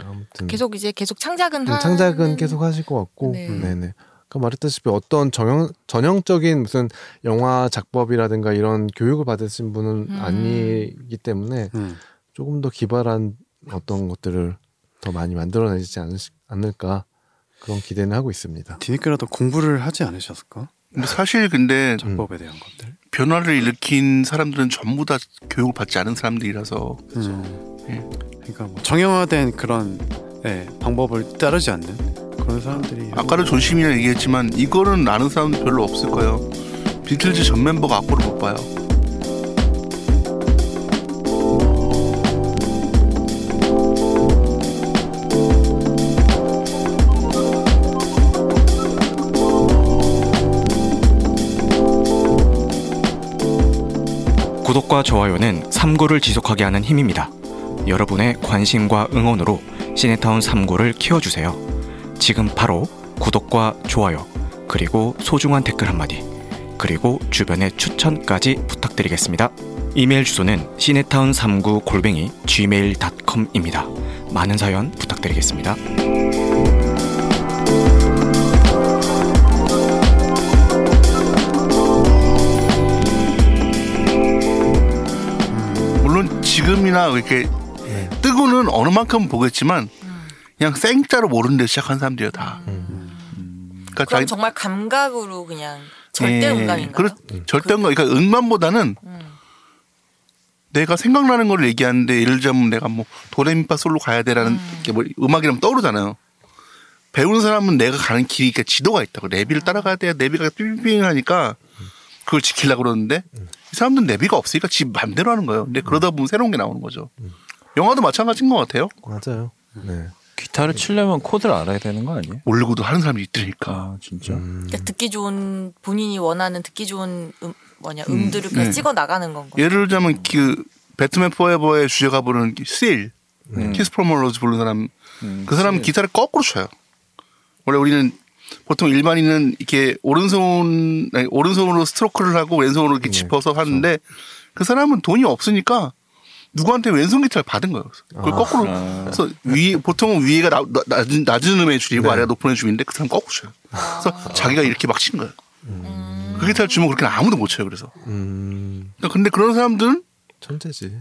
아무튼
계속 이제 계속 창작은
음,
하
창작은 계속 하실 것 같고,
네.
네. 네 아까 말했다시피 어떤 전형, 전형적인 무슨 영화 작법이라든가 이런 교육을 받으신 분은
음.
아니기 때문에
음.
조금 더 기발한 어떤 것들을 더 많이 만들어내지 않을까 그런 기대는 하고 있습니다.
뒤늦게라도 공부를 하지 않으셨을까?
근데 사실 근데
작법에 대한 것들.
변화를 일으킨 사람들은 전부 다 교육을 받지 않은 사람들이라서
음.
예.
그러니까 뭐 정형화된 그런 예, 방법을 따르지 않는 그런 사람들이
아까도 존심이랑 얘기했지만 이거는 아는 사람도 별로 없을 거예요. 비틀즈 전 멤버가 악보를 못 봐요.
구독과 좋아요는 3구를 지속하게 하는 힘입니다. 여러분의 관심과 응원으로 시네타운 3구를 키워주세요. 지금 바로 구독과 좋아요, 그리고 소중한 댓글 한마디, 그리고 주변의 추천까지 부탁드리겠습니다. 이메일 주소는 시네타운 3구 골뱅이 gmail.com입니다. 많은 사연 부탁드리겠습니다.
물론 지금이나 이렇게
예.
뜨고는 어느 만큼 보겠지만
음.
그냥 생짜로 모르는 데 시작한 사람들이에요 다.
음.
그러니까
그럼
자기-
정말 감각으로 그냥 절대
예,
네.
음감인가?
그렇, 절대 음감. 그러니까 음감보다는 내가 생각나는 걸 얘기하는데 예를 들자면 내가 뭐 도레미파 솔로 가야 돼라는
음.
게 뭐 음악이라면 떠오르잖아요. 배우는 사람은 내가 가는 길이 그러니까 지도가 있다고 내비를
음.
따라가야 돼야 내비가 삥삥 하니까 그걸 지키려고 그러는데 이 사람들은 내비가 없으니까 지 맘대로 하는 거예요. 근데 그러다 보면 새로운 게 나오는 거죠. 영화도 마찬가지인 것 같아요.
맞아요. 네.
어. 기타를 치려면 코드를 알아야 되는 거 아니에요?
모르고도 하는 사람이 있더니까.
아 진짜.
그러니까 듣기 좋은 본인이 원하는 듣기 좋은 음, 뭐냐 음들을 그냥
네.
찍어 나가는 건가? 요
예를 들자면 그 배트맨 포에버의 주제가 부르는 씰 키스 프로머러즈 부르는 사람 그 사람은 기타를 거꾸로 쳐요. 원래 우리는 보통 일반인은 이렇게 오른손 아니, 오른손으로 스트로크를 하고 왼손으로 이렇게 짚어서 하는데 그 사람은 돈이 없으니까 누구한테 왼손 기타를 받은 거예요. 그걸 거꾸로 그래서 위 보통은 위에가 나- 나- 낮은, 낮은 음의 줄이고 아래가 높은 음의 줄인데 그 사람 거꾸로 쳐요. 그래서 자기가 이렇게 막 친 거예요. 그 기타를 주면 그렇게 아무도 못 쳐요. 그래서
음,
그러니까 근데 그런 사람들은
천재지.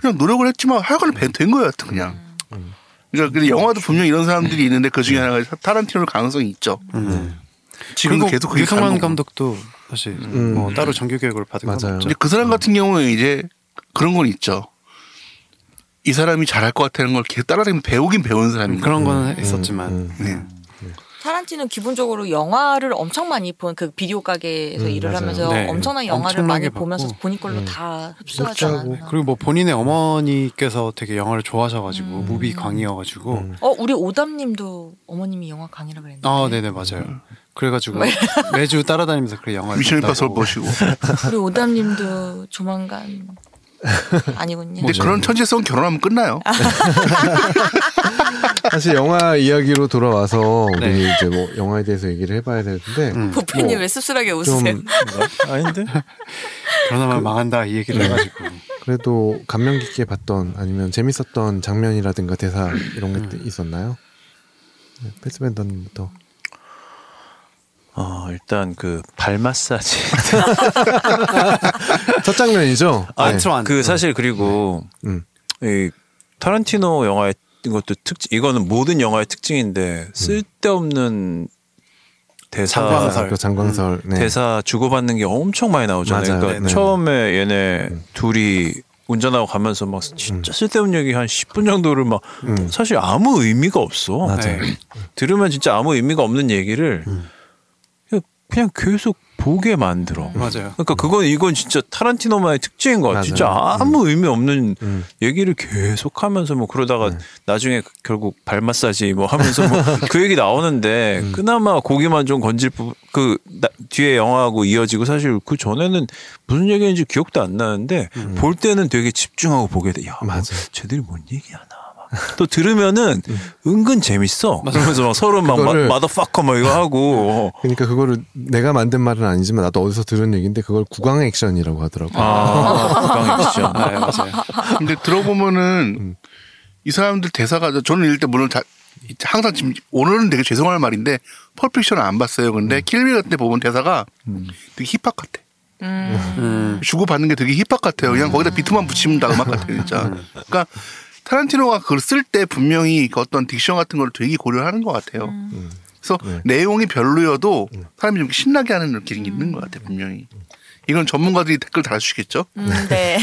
그냥 노력을 했지만 하여간 배- 된 거였다 그냥. 그러니까 근데
음.
영화도 분명 히 이런 사람들이 있는데 그 중에 하나가 타란티노일 가능성이 있죠. 지금도
음. 그리고
계속 그게 가는
유성환
거고.
감독도 사실
음.
뭐 따로 정규 교육을 받은 건
맞아요.
없죠.
근데 그 사람 같은 경우는 이제 그런 건 있죠. 이 사람이 잘할 것 같다는 걸 계속 따라다니면 배우긴 배우는 사람인 거.
음, 그런 거는 있었지만 음.
네.
타란티는 기본적으로 영화를 엄청 많이 본 그 비디오 가게에서
음,
일을
맞아요.
하면서
네.
엄청난 영화를
엄청나게
많이 보면서
봤고.
본인 걸로
음.
다 흡수하지
복수하고.
않았나?
그리고 뭐 본인의 어머니께서 되게 영화를 좋아하셔가지고
음.
무비 광이어가지고
음.
어 우리 오담님도 어머님이 영화 강의라 그랬는데.
아 네네 맞아요. 그래가지고 매주 따라다니면서 그 영화를
미션
본다고.
뭐
뭐
임파서블 보시고.
우리 오담님도 조만간 아니군요.
근데
뭐.
그런 천재성 결혼하면 끝나요.
아.
사실 영화 이야기로 돌아와서
네.
우리 이제 뭐 영화에 대해서 얘기를 해봐야 되는데
음.
보편님
뭐
왜 씁쓸하게
좀
웃으세요?
아닌데?
그러나만 망한다 이
네.
얘기를 해가지고
아, 그래도 감명 깊게 봤던 아니면 재밌었던 장면이라든가 대사 이런 게 있었나요? 네, 패스밴더님부터
어 일단 그 발 마사지.
첫 장면이죠. 네.
아,
안트로 안.
그 사실 그리고
음.
이 타란티노 영화의 이것도 특징 이거는 모든 영화의 특징인데 쓸데없는 대사
장관설.
그 장광설. 네.
대사 주고받는 게 엄청 많이 나오잖아요.
맞아요.
그러니까
네.
처음에 얘네 둘이 운전하고 가면서 막
음.
진짜 쓸데없는 얘기 한 10분 정도를 막 사실 아무 의미가 없어.
맞아요. 음.
네.
들으면 진짜 아무 의미가 없는 얘기를 그냥 계속 보게 만들어.
맞아요.
그러니까 그건 이건 진짜 타란티노만의 특징인 것 같아.
맞아요.
진짜 아무 의미 없는
음. 네.
얘기를 계속 하면서 뭐 그러다가 나중에 결국 발 마사지 뭐 하면서 뭐 그 얘기 나오는데
음.
그나마 고기만 좀 건질 부- 그 나- 뒤에 영화하고 이어지고 사실 그 전에는 무슨 얘기인지 기억도 안 나는데 볼 때는 되게 집중하고 보게 돼. 야,
음.
뭐
맞아.
쟤들이 뭔 얘기하나. 막. 또 들으면은 은근 재밌어. 그러면서 막 서로 막
음. 그거를-
마더파커 막 이거 하고
그러니까 그거를 내가 만든 말은 아니지만 나도 어디서 들은 얘기인데 그걸 구강 액션이라고 하더라고.
아, 네.
아,
구강액션.
맞아요.
근데 들어보면은
음.
이 사람들 대사가 저는 일단 물론 다- 항상 지금 오늘은 되게 죄송할 말인데 펄픽션을 안 봤어요. 근데 킬빌 같은 데 보면 대사가 되게 힙합 같아.
음.
주고받는 게 되게 힙합 같아요. 그냥 거기다 비트만 붙이면 다 음악 같아요, 진짜. 그러니까 타란티노가 그걸 쓸 때 분명히 그 어떤 딕션 같은 걸 되게 고려하는 것 같아요.
음.
그래서 내용이 별로여도 사람이 좀 신나게 하는
음.
느낌이 있는 것 같아요, 분명히. 이건 전문가들이 댓글 달아주시겠죠?
음, 네.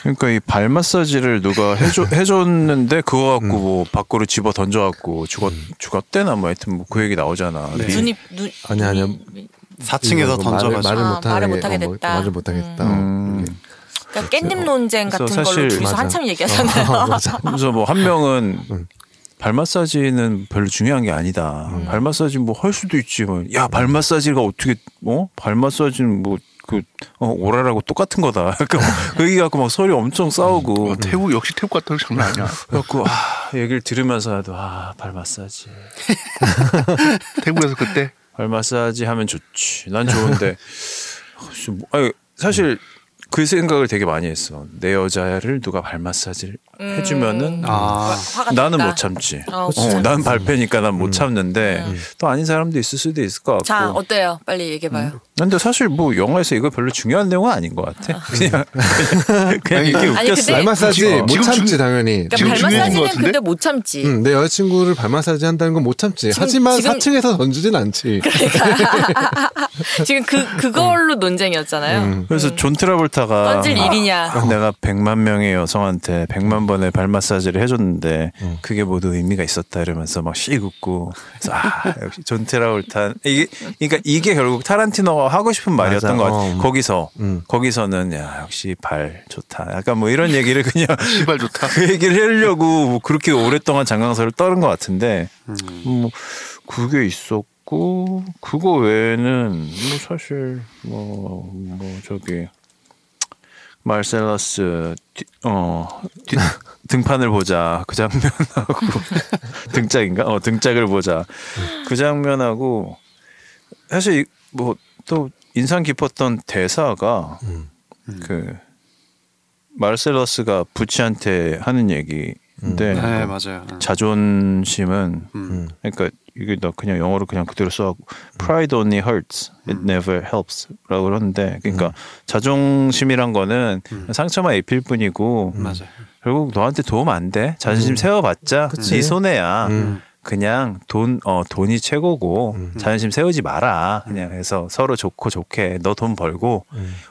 그러니까 이 발 마사지를 누가 해줘, 해줬는데 그거 갖고 뭐 밖으로 집어 던져갖고 죽었, 죽었대나 뭐 하여튼 뭐 그 얘기 나오잖아.
네.
눈이 눈
아니, 아니요.
눈이-
4층에서
이거 말을-
던져가지고.
말을,
아,
못하게,
말을 못하게
어, 뭐,
됐다.
말을 못하겠다.
음.
그러니까 깻잎 논쟁 같은
그래서 사실-
걸로 둘이서
맞아.
한참
어,
얘기하잖아요.
그렇죠.
그래서 뭐 한 명은 발 마사지는 별로 중요한 게 아니다. 발 마사지 뭐 할 수도 있지. 뭐. 야, 발 마사지가 어떻게 뭐? 발 마사지는 뭐 그 어, 오라라고 똑같은 거다. 약간 그 얘기 갖고 막 서로 엄청 싸우고.
어, 태국, 역시 태국 같은 거 장난 아니야.
그래갖고 아, 얘기를 들으면서도 아, 발 마사지.
태국에서 그때
발 마사지 하면 좋지. 난 좋은데. 혹시 뭐- 아니, 사실
음.
그 생각을 되게 많이 했어. 내 여자를 누가 발 마사지를 해주면은
아,
음. 화가
나는
났다.
못 참지.
어,
어,
못 참지.
난 발패니까 난 못
음.
참는데 또 아닌 사람도 있을 수도 있을 것 같고.
자 어때요? 빨리 얘기해봐요.
근데 사실 뭐 영화에서 이거 별로 중요한 내용은 아닌 것 같아. 그냥 그냥 이게
아니,
웃겼어.
근데-
발 마사지
지금
못
지금
참지
중-
당연히.
그러니까
지금
발
중요한 거
마사지는
같은데?
근데 못 참지.
음, 내 여자친구를 발 마사지 한다는 건 못 참지.
지금-
하지만
지금-
4층에서 던지진 않지.
지금 그 그걸로 논쟁이었잖아요.
음. 그래서 존 트라볼타가
네. 던질 일이냐?
아, 내가 100만 명의 여성한테 100만 번의 발 마사지를 해줬는데
음.
그게 모두 의미가 있었다 이러면서 막 씩 웃고 그래서 아 역시 존 트라볼타 이게 그러니까 이게 결국 타란티노가 하고 싶은 말이었던
맞아.
것 같아
어.
거기서
음.
거기서는 야 역시 발 좋다 약간 뭐 이런 얘기를 그냥
시발 좋다.
그 얘기를 하려고 뭐 그렇게 오랫동안 장강설을 떠는 것 같은데
음.
뭐 그게 있었고 그거 외에는 뭐 사실 뭐 뭐 저기 말셀러스 뒤- 어 뒤- 등판을 보자 그 장면하고 등짝인가 어 등짝을 보자 그 장면하고 사실 뭐 또 인상 깊었던 대사가
음.
그 마르셀러스가 부치한테 하는 얘기인데
네, 맞아요.
자존심은
음.
그러니까 이게 나 그냥 영어로 그냥 그대로 써갖고 pride only hurts it
음.
never helps라고 그러는데 그러니까 자존심이란 거는
음.
상처만 입힐 뿐이고
맞아요.
결국 너한테 도움 안 돼. 자존심 세워봤자 네 손해야.
음.
그냥 돈, 어, 돈이 최고고 자존심 세우지 마라. 그냥 해서 서로 좋고 좋게 너 돈 벌고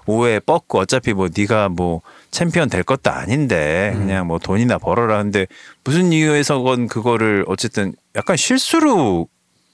오해 뻗고 어차피 뭐 네가 뭐 챔피언 될 것도 아닌데 그냥 뭐 돈이나 벌어라. 근데 무슨 이유에서건 그거를 어쨌든 약간 실수로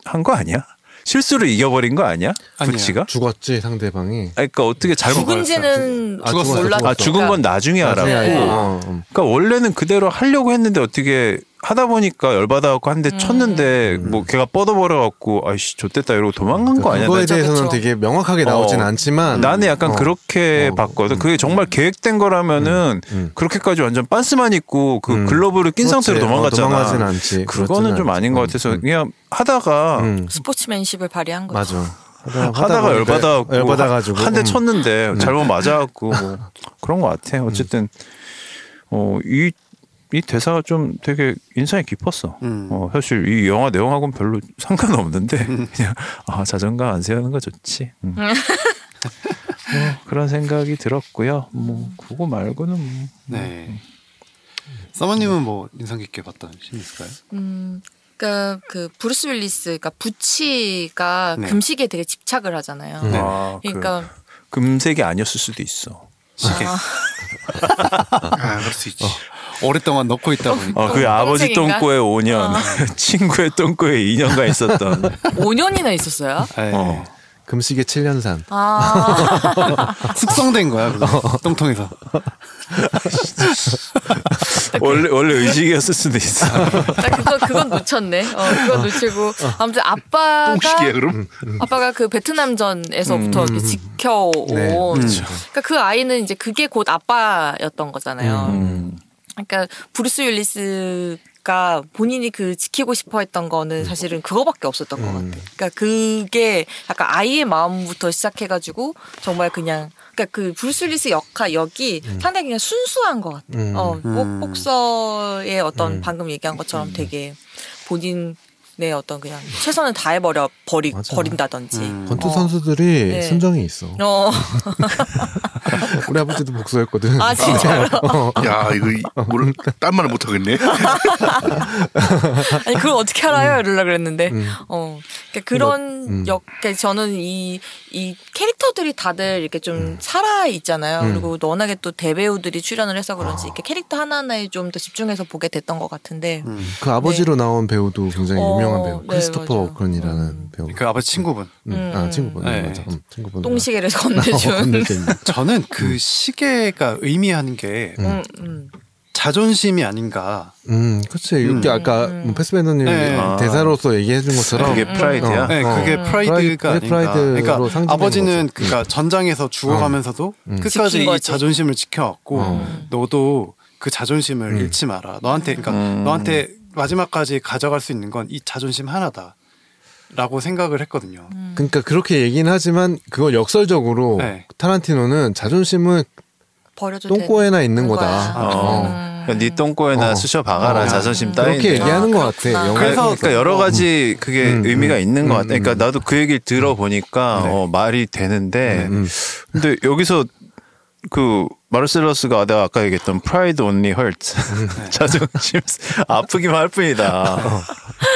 한 거 아니야? 실수로 이겨버린 거 아니야?
아니에요.
부치가?
죽었지 상대방이.
아니, 그러니까 어떻게 잘못
죽은지는
아, 죽었어,
몰랐다.
아 죽은 건 나중에 하라고.
나중에 어, 음.
그러니까 원래는 그대로 하려고 했는데 어떻게 하다 보니까 열받아갖고 한 대 쳤는데
음.
뭐 걔가 뻗어버려갖고 아이씨 좆됐다 이러고 도망간 거 아니야?
그거에
나- 어.
대해서는
그쵸.
되게 명확하게 나오진 않지만
나는 약간
어.
그렇게
어.
봤거든. 그게 정말 계획된 거라면은
음.
그렇게까지 완전 빤스만 입고 그
음.
글러브를 낀 상태로
그렇지.
도망갔잖아.
어, 도망가진 않지.
그거는 좀
그렇지는
아닌 것
않지.
같아서 그냥 하다가
음,
스포츠맨십을 발휘한 거죠.
맞아.
하다가 네,
보니까
열받아갖고
열받아가지고
한 대
음.
쳤는데 잘못 맞아갖고 뭐 그런 것 같아. 어쨌든 어이이 대사가 좀 되게 인상이 깊었어.
음.
어, 사실 이 영화 내용하고는 별로 상관없는데 그냥 아 자존감 안 세우는 거 좋지. 음. 뭐 그런 생각이 들었고요. 뭐 그거 말고는 뭐.
네. 서머님은 뭐 인상 깊게 봤던 신 있을까요?
음, 그러니까 그 브루스 윌리스, 그러니까 부치가
네.
금식에 되게 집착을 하잖아요.
네.
아, 그
그러니까
금색이 아니었을 수도 있어.
시계.
아, 그럴 수 있지.
오랫동안 넣고 있다
어.
보니까.
아,
어,
그 아버지
똥색인가? 어.
똥꼬에 5년, 친구의 똥꼬에 2년간 있었던.
5년이나 있었어요.
네.
어.
금식의 7년산.
아,
숙성된 거야
어.
그거. 똥통에서.
원래 원래 의식이었을 수도 있어.
나 그거 그건 놓쳤네. 어, 그거 놓치고 아무튼 아빠가
똥식이에요 그럼?
아빠가 그 베트남전에서부터 이렇게 지켜온.
네,
그러니까 그 아이는 이제 그게 곧 아빠였던 거잖아요.
음.
그러니까 브루스 윌리스 가 본인이 그 지키고 싶어 했던 거는
음.
사실은 그거밖에 없었던 것 같아. 그러니까 그게 약간 아이의 마음부터 시작해가지고 정말 그냥 그러니까 그 브루스 윌리스 역할 역이 상당히 그냥 순수한 것 같아.
음.
어,
음.
복, 서의 어떤 방금 얘기한
음.
것처럼 되게 본인의 어떤 그냥 최선을 다해버려 버리
맞아.
버린다든지.
음.
권투
어.
선수들이
네.
순정이 있어.
어,
우리 아버지도 복수했거든.
아 진짜로.
야 이거 이- 모르 딴 말을 못 하겠네. 그
아니 그걸 어떻게 알아요? 이러려 그랬는데 어 그러니까 그런
음.
역 그러니까 저는 이 이 캐릭터들이 다들 이렇게 좀 살아 있잖아요.
음.
그리고 워낙에 또 대배우들이 출연을 해서 그런지 이렇게 캐릭터 하나하나에 좀 더 집중해서 보게 됐던 것 같은데
음.
그 아버지로 나온 배우도 굉장히
네. 어,
유명한 배우
네,
크리스토퍼
맞아요.
오컨이라는
음.
배우.
그 아버지 친구분.
음, 아 친구분
네.
네. 맞아. 음, 친구분.
똥시계를
어,
건네준.
건네준.
저는
음.
그 시계가 의미하는 게
음, 음.
자존심이 아닌가.
음, 그치. 이게 아까
음.
뭐 패스밴더님
네.
아.
대사로서 얘기해준 것처럼
그게 프라이드야.
어,
네, 그게
어. 프라이드-
프라이드가
그게
아닌가.
프라이드로 음.
그러니까
상징되는
아버지는 그러니까 전장에서 죽어가면서도
음.
끝까지
지킨
이
거지.
자존심을 지켜왔고
어.
너도 그 자존심을
음.
잃지 마라. 너한테 그러니까
음.
너한테 마지막까지 가져갈 수 있는 건 이 자존심 하나다. 라고 생각을 했거든요.
음.
그러니까 그렇게 얘기는 하지만 그건 역설적으로
네.
타란티노는 자존심은
버려도
똥꼬에나 있는
되는
거다.
거야. 음.
어. 그러니까 네 똥꼬에나
어.
쑤셔 박아라 자존심 따위.
그렇게 얘기하는 것 같아.
그렇구나.
영화에.
그래서 그러니까 여러 가지 그게
음,
의미가 있는 것 같아. 그러니까
음.
나도 그 얘기를 들어보니까 어, 말이 되는데
음, 음.
근데 여기서 그 마르셀러스가 내가 아까 얘기했던 pride only hurts 자존심 아프기만 할 뿐이다.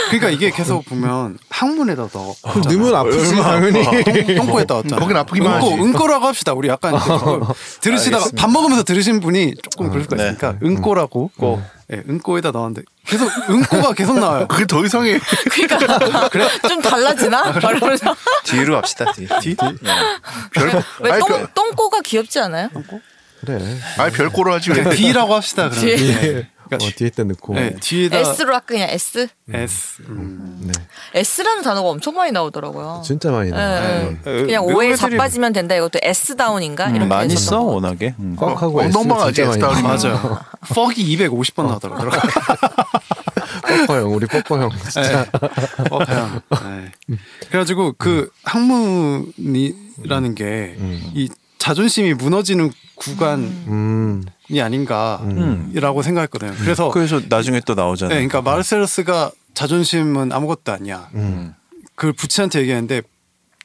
그러니까 이게 계속 보면 항문에다 넣어.
그럼 넣으면 아프지 당연히.
똥꼬에 따왔잖아.
어. 거긴 아프기만
응꼬,
하지. 아,
응꼬라고 합시다. 우리 약간 이제 그걸 들으시다가 밥 먹으면서 들으신 분이 조금 그럴 수가
네.
있으니까 응꼬라고.
음.
예, 응꼬에다 넣었는데 계속 응꼬가 계속 나와요.
그게 더 이상해.
그러니까 좀 달라지나? 말하면서
뒤로 갑시다. 뒤. 뒤? 네.
왜
아니,
똥,
그-
똥꼬가 귀엽지 않아요?
그래.
아 별꼬로 하지 왜?
D라고 합시다. 그러면.
뒤에.
예.
어,
그러니까
뒤에다 넣고.
네.
예, 뒤에다
S로 할까 그냥 S?
S. 음.
네.
S라는 단어가 엄청 많이 나오더라고요.
진짜 많이 나와.
예, 예.
음.
그냥 오해에 자빠지면 된다. 이것도 S 다운인가? 이렇게
음, 많이
해서
써 워낙에. 음.
꽉 하고 S
엉덩방아지
진짜 많이 나와.
엑스타운이면.
맞아요. 퍽이 250번 나오더라고요.
어.
뻐형 우리 뻐뻐 형.
네.
네.
진짜.
어, 다양한. 네. 그래가지고 그 항문이라는 게
음.
이 자존심이 무너지는 구간이
음.
아닌가라고
음.
생각했거든요. 그래서
그래서 나중에 또 나오잖아.
어. 네, 그러니까 마르셀러스가 자존심은 아무것도 아니야.
음.
그걸 부치한테 얘기하는데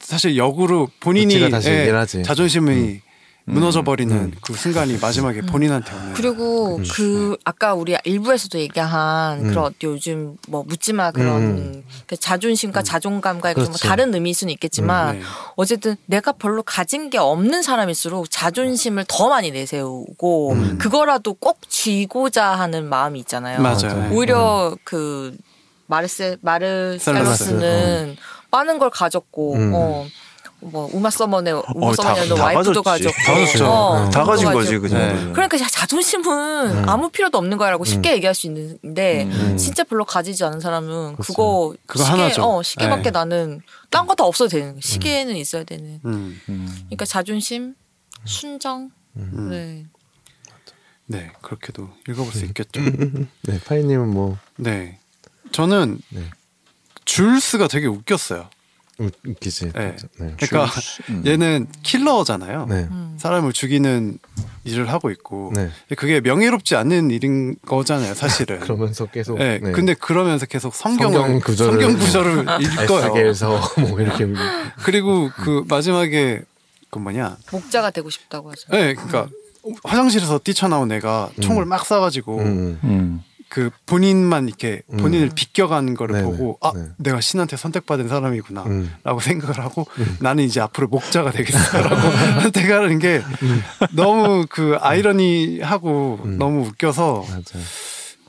사실 역으로 본인이
부치가 다시
예,
얘기를 하지. 음.
자존심이 무너져 버리는 그 순간이 마지막에 본인한테 오는.
그리고 그 아까 우리 일부에서도 얘기한 그런 요즘 뭐 묻지마 그런 그 자존심과 자존감과 이렇게 뭐
그렇지.
다른 의미일 수는 있겠지만
음, 네.
어쨌든 내가 별로 가진 게 없는 사람일수록 자존심을 더 많이 내세우고 그거라도 꼭 쥐고자 하는 마음이 있잖아요.
맞아요. 네.
오히려
음.
그 마르세
음.
마르셀러스는 많은 걸 가졌고
음.
어. 뭐 우마 서머네 우마
어, 다,
서머네도
다
와이프도
가졌지.
가졌고
다 가졌죠.
어,
다 가진
돈도
거지 음. 그
가졌고.
정도.
그러니까 자- 자존심은 아무 필요도 없는 거야라고 쉽게 얘기할 수
음.
있는데 진짜 별로 가지지 않은 사람은 그거
그거
시계
하나죠.
어 시계밖에
네.
나는 딴 거 다 없어도
음.
되는 거야. 시계는 있어야 되는
음,
그러니까 자존심 순정
음.
네.
네, 그렇게도 읽어볼 수 있겠죠.
네, 파이님은 뭐
네, 저는
네.
줄스가 되게 웃겼어요.
웃- 웃기지.
네.
네.
그러니까 얘는 킬러잖아요.
네.
음.
사람을 죽이는 일을 하고 있고
네.
그게 명예롭지 않은 일인 거잖아요, 사실은.
그러면서 계속.
네, 근데 그러면서 계속 성경을
성경
성경
구절을-
구절을, 읽어요.
에스겔서 뭐 이렇게
그리고 그 마지막에 그 뭐냐?
목자가 되고 싶다고 하죠.
네, 그러니까 화장실에서 뛰쳐나온 애가 총을 막 쏴가지고
음.
그 본인만 이렇게 본인을 비껴가는 거를
네네,
보고 아
네.
내가 신한테 선택받은 사람이구나라고
음.
생각을 하고 나는 이제 앞으로 목자가 되겠어라고 선택하는 게
음.
너무 그 아이러니하고 너무 웃겨서
맞아.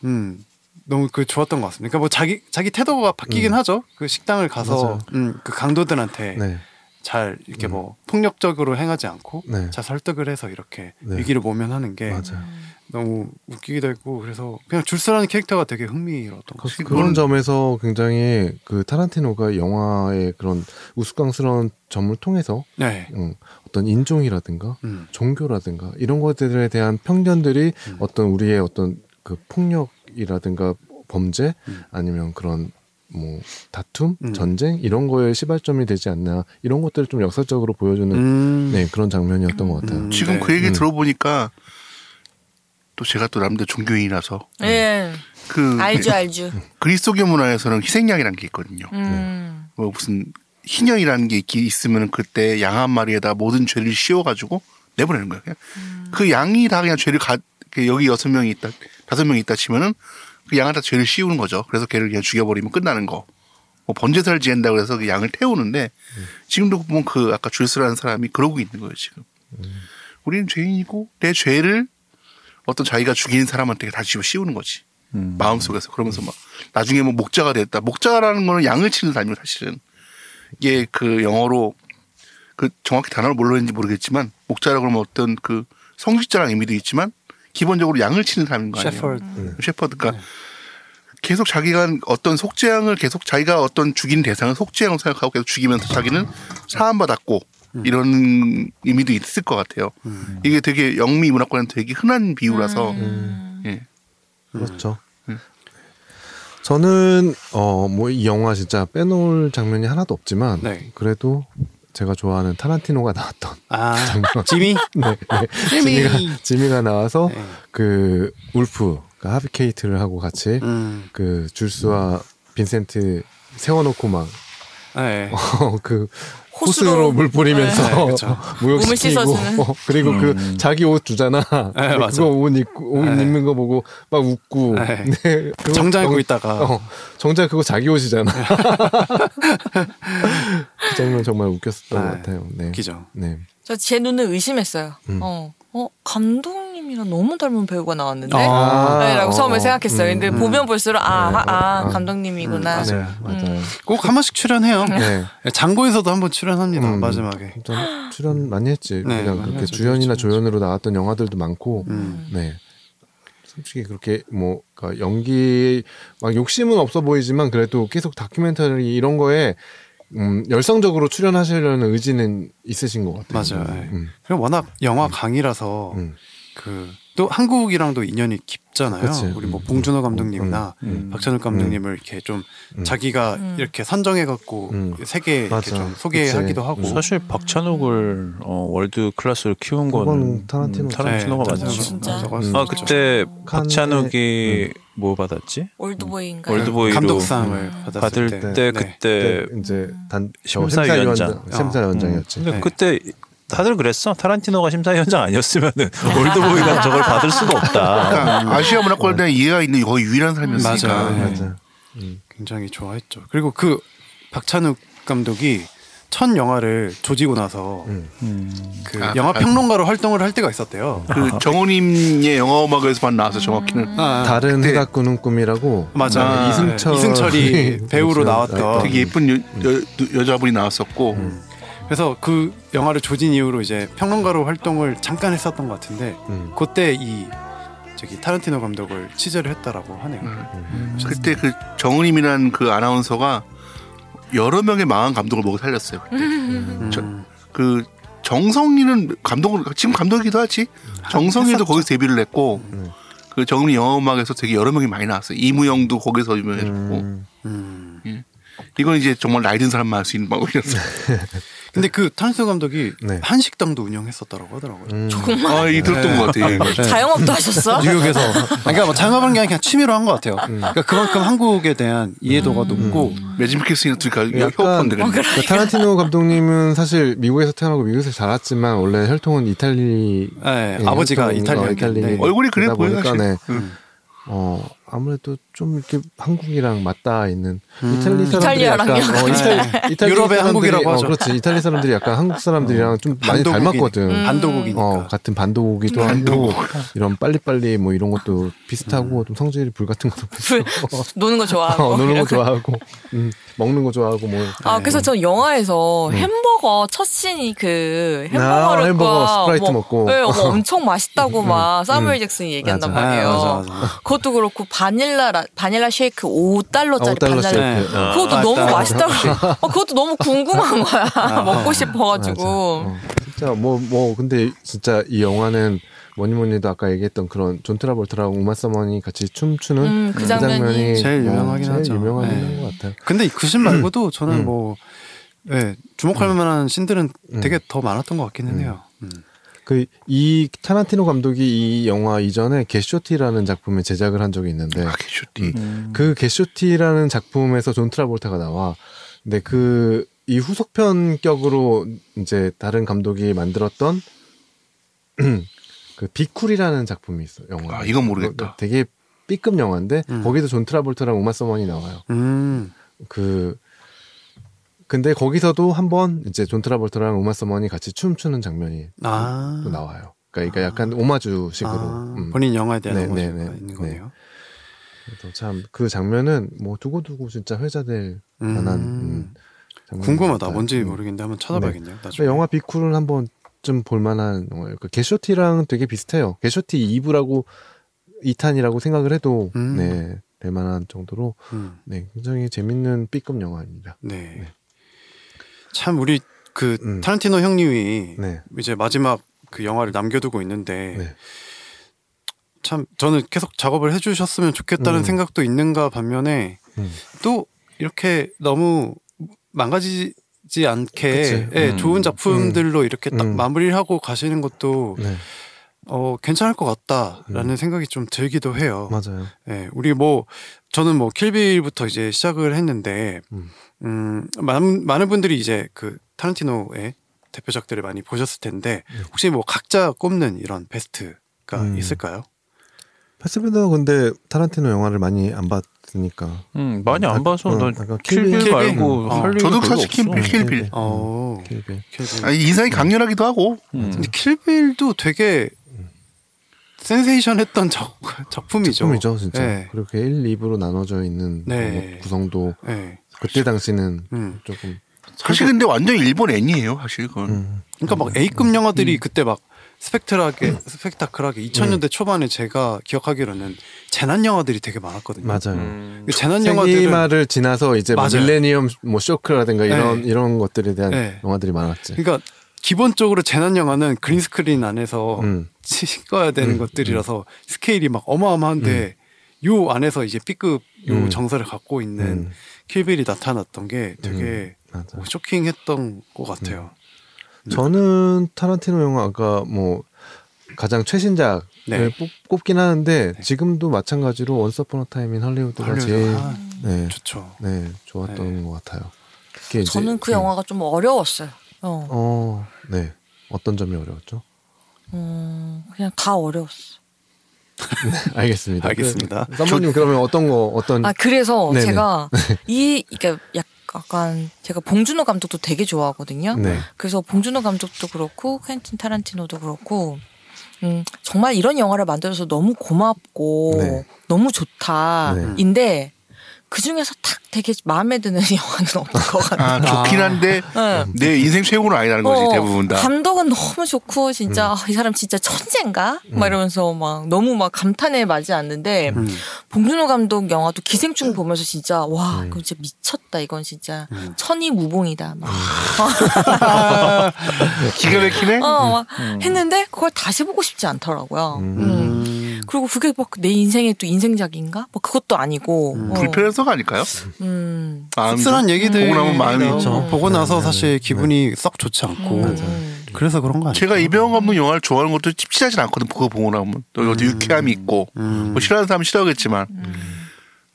음, 너무 그 좋았던 것 같습니다. 그러니까 뭐 자기 자기 태도가 바뀌긴 하죠. 그 식당을 가서
음. 맞아요.
음, 그 강도들한테
네.
잘 이렇게 뭐 폭력적으로 행하지 않고
네.
잘 설득을 해서 이렇게
네.
위기를 모면하는 게
맞아요.
너무 웃기기도 했고 그래서 그냥 줄서라는 캐릭터가 되게 흥미로웠던 것
그,
같아요.
그런 점에서 굉장히 그 타란티노가 영화의 그런 우스꽝스러운 점을 통해서
네.
음, 어떤 인종이라든가
음.
종교라든가 이런 것들에 대한 편견들이
음.
어떤 우리의 어떤 그 폭력이라든가 범죄
음.
아니면 그런 뭐 다툼,
음.
전쟁 이런 거에 시발점이 되지 않나 이런 것들을 좀 역사적으로 보여주는
음.
네 그런 장면이었던 것 같아요.
음.
지금
네.
그 얘기
음.
들어보니까 또 제가 또 남대 종교인이라서
음.
예.
그
알죠, 알죠.
그리스도교 문화에서는 희생양이라는 게 있거든요.
음.
뭐 무슨 희년이라는 게 있, 있으면 그때 양 한 마리에다 모든 죄를 씌워가지고 내보내는 거예요. 그냥
음.
그 양이 다 그냥 죄를 가 그 여기 여섯 명이 있다 다섯 명이 있다 치면은 그 양한테 죄를 씌우는 거죠. 그래서 걔를 그냥 죽여버리면 끝나는 거. 뭐 번제사를 지낸다 그래서 그 양을 태우는데 지금도 보면 그 아까 줄스라는 사람이 그러고 있는 거예요 지금. 우리는 죄인이고 내 죄를 어떤 자기가 죽인 사람한테 다 집어 씌우는 거지. 마음속에서 그러면서 막 나중에 뭐 목자가 됐다. 목자라는 거는 양을 치는 사람이에요, 사실은. 이게 그 영어로 그 정확히 단어를 뭘로 했는지 모르겠지만 목자라고 그러면 어떤 그 성직자라는 의미도 있지만 기본적으로 양을 치는 사람인 거 아니에요.
셰퍼드.
셰퍼드. 그러니까 계속 자기가 어떤 속죄양을 계속 자기가 어떤 죽인 대상을 속죄양으로 생각하고 계속 죽이면서 자기는 사함받았고
음.
이런 의미도 있을 것 같아요. 이게 되게 영미 문화권은 되게 흔한 비유라서 예.
그렇죠.
음.
저는 어 뭐 이 영화 진짜 빼놓을 장면이 하나도 없지만
네.
그래도 제가 좋아하는 타란티노가 나왔던
아 지미.
그
네.
네, 네. 지미가 지미가 나와서 그 울프 그 하비 케이트를 하고 같이
음.
그 줄스와 빈센트 세워놓고
네.
막 그
호수로.
호수로 물 뿌리면서
네, 그렇죠.
몸을
무역시키고
씻어주는.
어, 그리고 그 자기 옷 주잖아. 근데
음. 네, 맞아.
그거 옷 입고 옷
네.
입는 거 보고 막 웃고.
네.
네, 그거 정-
정장 입고 있다가
어, 정작 그거 자기 옷이잖아. 그 장면 정말 웃겼었던
네.
것 같아요. 네.
웃기죠.
네.
저 제 눈을 의심했어요.
음.
어. 어, 감독님이랑 너무 닮은 배우가 나왔는데?
아.
네, 라고 처음에
어,
생각했어요. 근데
음.
보면 볼수록, 아,
네,
아, 아,
아.
감독님이구나. 음.
네,
맞아요. 음.
맞아요.
꼭 한 번씩 출연해요.
네.
장고에서도 한 번 출연합니다.
음.
마지막에.
좀 출연 많이 했지.
네,
그냥
많이
그렇게
하죠.
주연이나
그렇죠.
조연으로 나왔던 영화들도 많고.
음.
네. 솔직히 그렇게 뭐 그러니까 연기 막 욕심은 없어 보이지만 그래도 계속 다큐멘터리 이런 거에 음, 열성적으로 출연하시려는 의지는 있으신 것 같아요.
맞아요. 어. 예.
음.
그리고 워낙 영화 강이라서
음.
그 또 한국이랑도 인연이 깊잖아요.
그치.
우리 뭐
음.
봉준호 감독님이나
음.
박찬욱 감독님을 이렇게 좀 자기가 이렇게 선정해 갖고 그
음.
세계에 이렇게
맞아.
좀 소개하기도
그치. 음.
하고 네,
사실 박찬욱을 어, 월드 클래스로 키운
그건 뭐
거는 음,
타란티노.
타란티노가
네,
맞죠.
진짜?
음.
가져갔어요.
아 그때
칸에-
박찬욱이
네.
뭐 받았지?
올드보이인가?
월드보이로
감독상을
음.
받았을
받을 때,
때, 네.
그때
그때 이제 단
심사 위원장. 어.
심사위원장이었지.
근데
네.
그때 다들 그랬어. 타란티노가 심사위원장 아니었으면은 월드보이랑 저걸 받을 수가 없다.
그러니까 아시아 문화권에 대한 이해가 있는 거의 유일한 사람이었으니까.
음. 맞아요. 네.
맞아. 음.
굉장히 좋아했죠. 그리고 그 박찬욱 감독이 첫 영화를 조지고 나서
음.
음.
그
아,
영화
아.
평론가로 활동을 할 때가 있었대요.
그 정호님의 영화 음악에서만 나와서 정확히는
아, 아.
다른
그때-
해가 꾸는 꿈이라고 네,
맞아.
이승철 네, 그렇죠. 아,
이승철이 배우로 나왔던.
어, 되게 예쁜 여, 여, 여자분이 나왔었고
음. 그래서 그 영화를 조진 이후로 이제 평론가로 활동을 잠깐 했었던 것 같은데
음.
그때 이 저기 타란티노 감독을 취재를 했다라고 하네요.
음.
그때 그 정호님이란 그 아나운서가 여러 명의 망한 감독을 먹어 살렸어요. 그때.
음.
저- 그 정성이는 감독을 지금 감독이기도 하지. 정성이도 거기서 데뷔를 했고 그 정훈이 영화 음악에서 되게 여러 명이 많이 나왔어요. 이무영도 거기서
음.
유명해졌고
음.
이건 이제 정말 나이 든 사람만 할 수 있는 방법이었어요.
근데 그 타란티노 감독이
네. 음.
한식당도 운영했었다라고 하더라고요.
아, 이 들었던 것 같아요.
네.
이거.
그 자영업도 하셨어?
뉴욕에서 아니, 그러니까 뭐 장업한 게 아니라 그냥 취미로 한 것 같아요.
음.
그러니까 그만큼 한국에 대한 이해도가 높고
매진피켓스는 둘이
약간-
협업한 되겠네.
그러니까 타란티노 감독님은 사실 미국에서 태어나고 미국에서 자랐지만 원래 혈통은 이탈리
네, 아버지가
혈통과
이탈리아인데.
예, 어, 이탈리아인
네. 얼굴이 그래
그러다
보여요, 음.
보니까,
사실.
네. 어 아무래도 좀 이렇게 한국이랑 맞닿아 있는 이탈리 사람들이
이탈리아랑요?
약간 어, 이탈, 이탈리
음. 네. 유럽의
사람들이-
한국이라고
어,
하죠.
그렇지 이탈리 사람들이 약간 한국 사람들이랑 좀 많이
반도국이니까.
닮았거든.
음. 반도국이니까.
어, 같은 반도국이기도 하고 이런 빨리빨리 뭐 이런 것도
음.
비슷하고 좀 성질이 불 같은 것도
노는 거 좋아하고. 뭐
어, 노는 거 좋아하고 음, 먹는 거 좋아하고 뭐
아, 그래서 전 영화에서 햄버거 첫 씬이 그 햄버거를
아, 햄버거 스프라이트 먹고. 음.
네, 어머, 엄청 맛있다고 막 사무엘 잭슨이 얘기한단
맞아.
말이에요.
아, 맞아, 맞아.
그것도 그렇고 바닐라 라- 바닐라 쉐이크 5달러짜리
아, 5달러
바닐라
쉐이크.
쉐이크.
네.
그것도
아,
너무
맞다.
맛있다고. 어, 그것도 너무 궁금한 거야. 먹고 싶어 가지고.
어, 진짜 뭐 뭐 근데 진짜 이 영화는 뭐니 뭐니 해도 아까 얘기했던 그런 존 트라볼트랑 우마 서먼이 같이 춤추는
음, 그
그
장면이
장면이
제일
뭐
유명하긴
제일
하죠.
유명하긴
네.
한것 같아요.
근데 그신
음.
말고도 저는 뭐 예, 주목할 만한 신들은
음.
되게 더 많았던 것 같기는 해요. 음.
그 이 타란티노 감독이 이 영화 이전에 개쇼티라는 작품을 제작을 한 적이 있는데
아, 캐쇼티.
음.
그 개쇼티라는 작품에서 존 트라볼타가 나와. 근데 그 이 후속편 격으로 이제 다른 감독이 만들었던 그 비쿨이라는 작품이 있어 영화.
아, 이건 모르겠다.
되게 B급 영화인데
음.
거기도 존 트라볼타랑 우마 서먼이 나와요.
음.
그 근데 거기서도 한번 이제 존 트라볼타랑 우마 서먼이 같이 춤추는 장면이
아.
또 나와요. 그러니까 약간 오마주식으로.
아,
음.
본인 영화에 대한
네,
네, 네,
네, 네,
있는
네.
거네요.
참 그 장면은 뭐 두고두고 진짜 회자될
음.
만한 음, 장면인 것
궁금하다.
같아요.
뭔지
음.
모르겠는데 한번 찾아봐야겠네요. 나중에.
그러니까 영화 비쿨은 한번 좀 볼만한 영화예요. 그 개쇼티랑 되게 비슷해요. 개쇼티 2부라고 2탄이라고 생각을 해도
음.
네, 될 만한 정도로
음.
네, 굉장히 재밌는 B급 영화입니다.
네.
네.
참 우리 그
음.
타란티노 형님이
네.
이제 마지막 그 영화를 남겨두고 있는데
네.
참 저는 계속 작업을 해주셨으면 좋겠다는
음.
생각도 있는가 반면에
음.
또 이렇게 너무 망가지지 않게
그치.
예,
음.
좋은 작품들로 이렇게 딱
음.
마무리를 하고 가시는 것도
네,
어, 괜찮을 것 같다라는
음.
생각이 좀 들기도 해요.
맞아요.
예, 우리 뭐 저는 뭐 킬빌부터 이제 시작을 했는데
음.
음, 많은 많은 분들이 이제 그 타란티노의 대표작들을 많이 보셨을 텐데 혹시 뭐 각자 꼽는 이런 베스트가
음.
있을까요?
파스비더 근데 타란티노 영화를 많이 안 봤으니까.
음, 많이 안 봐서
음,
난
약간
킬빌
킬빌.
말고
음.
할 일이
저도
별로
사실
없어.
킬빌, 킬빌.
네.
어.
킬빌.
킬빌.
아, 인상이 강렬하기도 하고
음.
근데 킬빌도 되게 센세이션했던 작, 작품이죠.
작품이죠, 진짜.
네.
예.
그렇게 1, 2부로 나눠져 있는
네.
뭐 구성도
예.
그때 당시는
음.
조금
사실 근데 완전 일본 애니예요 사실 그건
음,
그러니까 막 A급 영화들이 그때 막 스펙트라하게 스펙타클하게 2000년대 초반에 제가 기억하기로는 재난 영화들이 되게 많았거든요.
맞아요.
그 재난 영화들은
세기말을 지나서 이제 뭐
맞아요.
밀레니엄 뭐 쇼크라든가 이런
네.
이런 것들에 대한
네.
영화들이 많았지.
그러니까 기본적으로 재난 영화는 그린 스크린 안에서
음.
찍어야 되는 것들이라서 스케일이 막 어마어마한데 요 안에서 이제 B급 요
음.
정서를 갖고 있는
음.
킬빌이 나타났던 게 되게
맞아.
뭐 쇼킹했던 것 같아요.
저는 타란티노 영화 아까 뭐 가장 최신작을
네.
꼽, 긴 하는데 지금도 마찬가지로 원서 퍼너 타임인 할리우드가
헐리우드.
제일
아,
네,
좋죠.
네, 좋았던 것 같아요. 그게 이제-
저는 그
네.
영화가 좀 어려웠어요. 어.
어, 네. 어떤 점이 어려웠죠?
음, 그냥 다 어려웠어.
알겠습니다.
알겠습니다.
선배님 그러면 어떤 거 어떤
아 그래서
음. 네네.
제가 이 이게 약간 제가 봉준호 감독도 되게 좋아하거든요.
네.
그래서 봉준호 감독도 그렇고 퀸틴 타란티노도 그렇고 음, 정말 이런 영화를 만들어서 너무 고맙고
네.
너무 좋다인데 그 중에서 탁 되게 마음에 드는 영화는 없는 것 같아요.
아, 좋긴 한데
네.
내 인생 최고는 아니라는 거지
어,
대부분 다
감독은 너무 좋고 진짜 아, 이 사람 진짜 천재인가? 막 이러면서 막 너무 막 감탄에 맞지 않는데
음.
봉준호 감독 영화도 기생충 보면서 진짜 와 이거 진짜 미쳤다 이건 진짜 천이무봉이다 막,
기가 막히네
어, 막 했는데 그걸 다시 보고 싶지 않더라고요. 음.
음.
그리고 그게 막 내 인생의 또 인생작인가? 뭐 그것도 아니고 어.
불편해서가 아닐까요?
음.
마음이
씁쓸한 얘기들
보고 나면 마음이
나오고 보고 나서 사실 기분이 썩 좋지 않고
음.
그래서 그런 거 아니에요?
제가 이병헌 감독 영화를 좋아하는 것도 찝찝하진 않거든 그거 보고 나면 또 이것도 유쾌함이 있고
음.
뭐 싫어하는 사람은 싫어하겠지만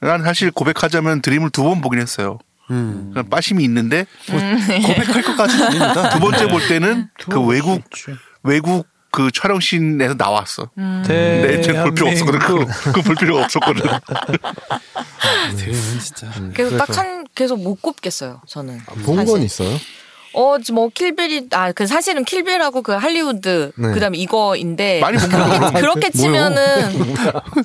난 사실 고백하자면 드림을 두 번 보긴 했어요
음.
그냥 빠심이 있는데
고백할 것까지는 아닙니다.
두 번째 볼 때는 그 외국 외국 그 촬영씬에서 나왔어. 내
대한민국.
채널 볼 필요 없었거든. 그, 그볼 필요가 없었거든.
대회는 진짜.
계속
그래서- 아,
딱 한 계속 못 꼽겠어요. 저는.
본
사실.
건 있어요.
어, 지금 뭐 킬빌이 아 그 사실은 킬빌하고 그 할리우드
네.
그다음에 이거인데
많이 본 거야.
아,
그렇게, 그렇게 치면은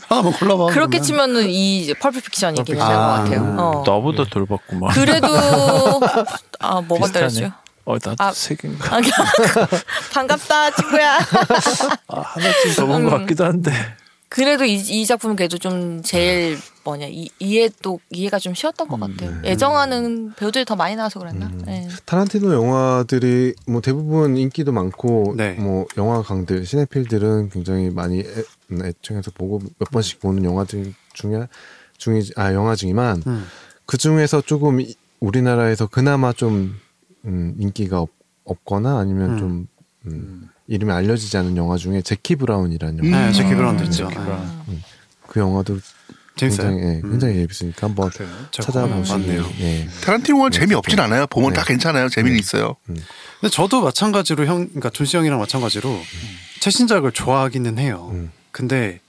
하나만 골라봐.
그렇게
그러면.
치면은 이 펄프 픽션이긴
펄프
할 것
픽션.
음,
같아요. 어.
나보다 덜 받구만.
그래도 아 뭐가
비슷하네.
떨어지죠?
어, 나도
아.
세 개인가.
아, 반갑다 친구야.
아, 하나쯤 더 본 것 같기도 한데.
그래도 이, 이 작품은 그래도 좀 제일 뭐냐 이, 이해 또 이해가 좀 쉬웠던
음,
것 같아요.
네.
애정하는 배우들이 더 많이 나와서 그랬나? 네.
타란티노 영화들이 뭐 대부분 인기도 많고
네.
뭐 영화광들 시네필들은 굉장히 많이 애, 음, 애청해서 보고 몇
음.
번씩 보는 영화들 중에 중이 아 영화 중이만
음.
그 중에서 조금 이- 우리나라에서 그나마 좀 음, 인기가 없, 거나 아니면
음.
좀 음, 이름이 알려지지 않은 영화 중에 제키 브라운이라는 영화
네, 제키 브라운
음.
됐죠.
그 영화도
재밌어요.
굉장히 예,
음. 네.
굉장히 예쁘니까 한번 찾아보시면
맞네요.
예.
타란티노는 재미없진 않아요. 보면
네.
다 괜찮아요. 재미는 있어요.
근데 저도 마찬가지로 형, 그러니까 준수 형이랑 마찬가지로 최신작을 좋아하기는 해요.
음.
근데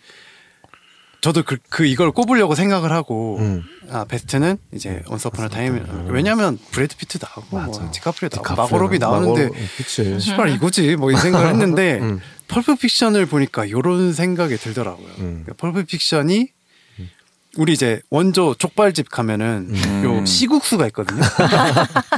저도 그, 그 이걸 꼽으려고 생각을 하고
음. 네,
아 베스트는 이제 언서프나 타임 왜냐하면 브래드 피트 나오고 뭐
맞아.
디카프리오 나오고 마고로비 나오는데
마고로- 어, 그치.
시발 이거지 뭐 이 생각을 했는데
음.
펄프 픽션을 보니까 요런 생각이 들더라고요.
음.
그러니까 펄프 픽션이 우리 이제 원조 족발집 가면은 요 시국수가 있거든요.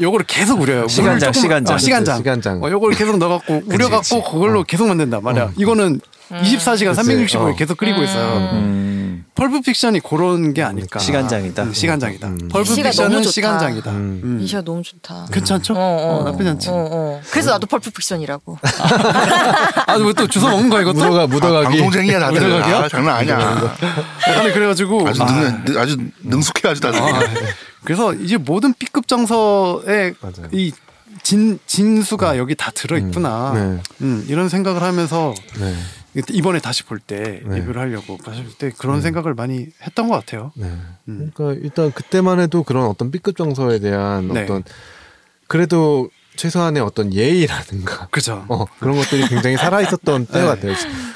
요거를 계속 우려요. 물을
시간장,
조금-
시간장.
어, 시간장.
시간장.
어, 요걸 계속 넣어갖고 우려갖고 그걸로 계속 만든단 말이야. 이거는 24시간
그치.
365일
어.
계속 끓이고 있어요.
음.
펄프 픽션이 그런 게 아닐까.
시간장이다.
음, 시간장이다.
음.
펄프
시가
픽션은
너무 좋다.
시간장이다.
음.
음.
이시아 너무 좋다.
그
괜찮죠?
어, 어.
어, 나쁘지 않지.
어, 어. 그래서 나도 펄프 픽션이라고.
아, 왜 또 주워 먹은 거야, 이것도?
묻어가 묻어가기
아, 방송쟁이야 다들. 아, 장난 아니야.
아니, 그래가지고.
아주
아,
능, 능- 아주 능숙해 아주 다들.
아, 그래서 이제 모든 B급 정서의
맞아요. 음.
이 진, 진수가 여기 다 들어있구나. 음,
네.
이런 생각을 하면서
네.
이번에 다시 볼 때
네.
리뷰를 하려고 다시 볼 때 그런 생각을 많이 했던 것 같아요.
네.
음.
그러니까 일단 그때만 해도 그런 어떤 B급 정서에 대한
네.
어떤 그래도 최소한의 어떤 예의라든가
그죠.
어, 그런 것들이 굉장히 살아 있었던 때 같아요.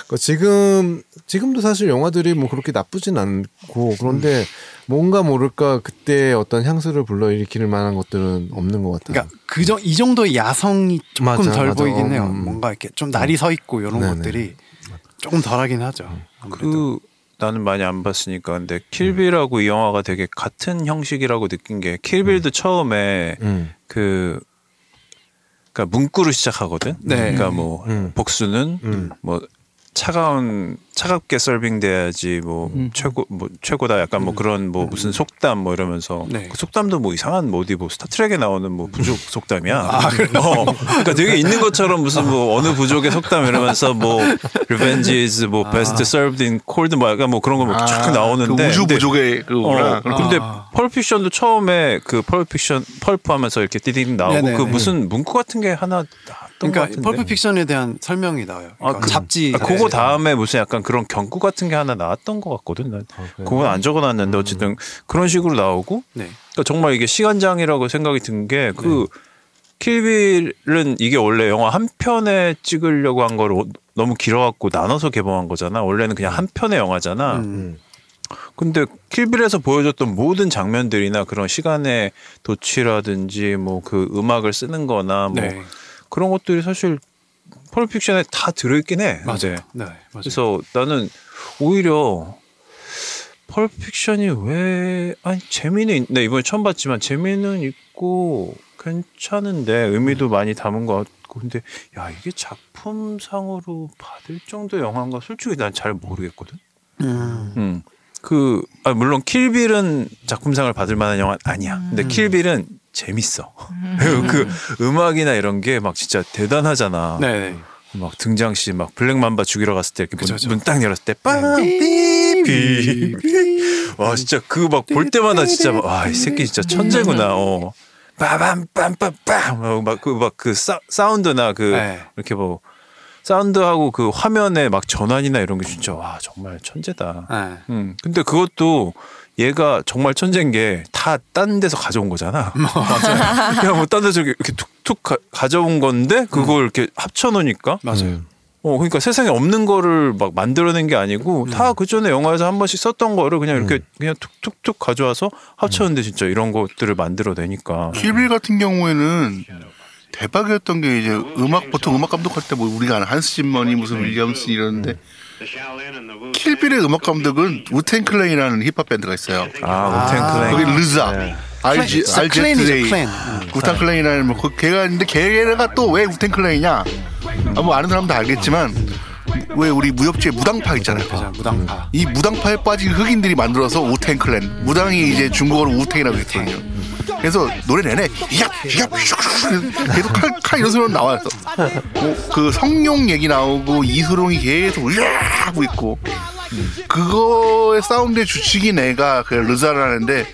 그 지금 지금도 사실 영화들이 뭐 그렇게 나쁘진 않고 그런데 뭔가 모를까 그때 어떤 향수를 불러일으킬 만한 것들은 없는 것 같아요.
그러니까 그저 이 정도의 야성이 조금
맞아,
덜
맞아.
보이긴 해요.
음.
뭔가 이렇게 좀 날이 서 있고 이런
네네. 음.
것들이 조금 덜하긴 하죠. 아무래도.
그 나는 많이 안 봤으니까 근데 킬빌하고 이 영화가 되게 같은 형식이라고 느낀 게 킬빌도 처음에
음.
그 그러니까 문구로 시작하거든.
네.
그러니까 뭐
음.
복수는
음.
뭐 차가운 차갑게 설빙돼야지 뭐
음.
최고 뭐 최고다 약간 뭐 그런 뭐 무슨 속담 뭐 이러면서
네.
그 속담도 뭐 이상한 뭐 어디 뭐 스타트rek에 나오는 뭐 부족 속담이야. 어. 그러니까 되게 있는 것처럼 무슨 뭐 어느 부족의 속담 이러면서 뭐 revenge is 뭐 best served in cold 뭐 약간 뭐 그런 거막 쫙 나오는데
그 우주
근데
부족의 그거구나.
어, 근데 펄픽션도 처음에 그 펄픽션 펄프하면서 이렇게 띠딩 나오고
네네.
그 무슨 문구 같은 게 하나 나왔던 것
그러니까
같은데.
펄프 픽션에 대한 설명이 나와요.
아,
그러니까
그-
잡지.
아, 그거 다음에 무슨 약간 그런 경구 같은 게 하나 나왔던 것 같거든. 난 그건 안 적어놨는데 어쨌든 그런 식으로 나오고
네.
그러니까 정말 이게 시간장이라고 생각이 든 게 그 킬빌은 이게 원래 영화 한 편에 찍으려고 한 거를 너무 길어갖고 나눠서 개봉한 거잖아. 원래는 그냥 한 편의 영화잖아.
음.
근데 킬빌에서 보여줬던 모든 장면들이나 그런 시간의 도취라든지 뭐 그 음악을 쓰는 거나 뭐
네.
그런 것들이 사실 펄픽션에 다 들어있긴 해.
맞아요.
근데.
네. 맞아요.
그래서 나는 오히려 펄픽션이 왜 아니 재미는 있- 네 이번에 처음 봤지만 재미는 있고 괜찮은데 의미도
네.
많이 담은 것 같고 근데 야 이게 작품상으로 받을 정도 영화인가 솔직히 난 잘 모르겠거든.
음.
음. 그, 아, 물론 킬빌은 작품상을 받을 만한 영화는 아니야. 근데 킬빌은 재밌어. 그 음악이나 이런 게 막 진짜 대단하잖아.
네. 네.
막 등장시 막 블랙맘바 죽이러 갔을 때 이렇게
그쵸, 그쵸.
문 딱 열었을 때
네.
빵삐삐와 진짜 그 막 볼 때마다 진짜 막 와 이 새끼 진짜 천재구나 어 빠밤 빰빰빰 막그막그 사운드나 그
네.
이렇게 뭐 사운드하고 그 화면의 막 전환이나 이런 게 진짜 와 정말 천재다
네.
음. 근데 그것도 얘가 정말 천재인 게 다 딴 데서 가져온 거잖아. 그냥 뭐 딴 데서 이렇게 툭툭 가, 져온 건데 그걸 이렇게 합쳐 놓으니까
음,
맞아요.
어, 그러니까 세상에 없는 거를 막 만들어낸 게 아니고 다 그 전에 영화에서 한 번씩 썼던 거를 그냥 이렇게 그냥 툭툭툭 가져와서 합쳤는데 진짜 이런 것들을 만들어내니까.
킬빌 같은 경우에는 대박이었던 게 이제 음악 보통 음악 감독할 때 뭐 우리가 아는 한스 짐머니 무슨 윌리엄슨 이러는데 킬빌의 음악 감독은 우텐 클레이라는 힙합 밴드가 있어요.
아, 네. 우텐클랭.
그게 르자. 알지
클레-
알지
클랜이죠,
레이
클랜.
우탄 클레이라는 뭐 그- 걔가 있는데 걔가 또 왜 우텐 클레이냐? 아, 뭐 아는 사람 다 알겠지만 왜 우리 무협지에 무당파 있잖아요.
맞아, 무당파.
이 무당파에 빠진 흑인들이 만들어서 우탱 클랜 무당이 이제 중국어로 우탱이라고 했거든요 그래서 노래 내내 이야 이야 슉슉슉 계속 칼, 칼 이런 소리로 나와요 뭐, 그 성룡 얘기 나오고 이소룡이 계속 이야 하고 있고 그거의 사운드의 주축인 애가 그 르자라는데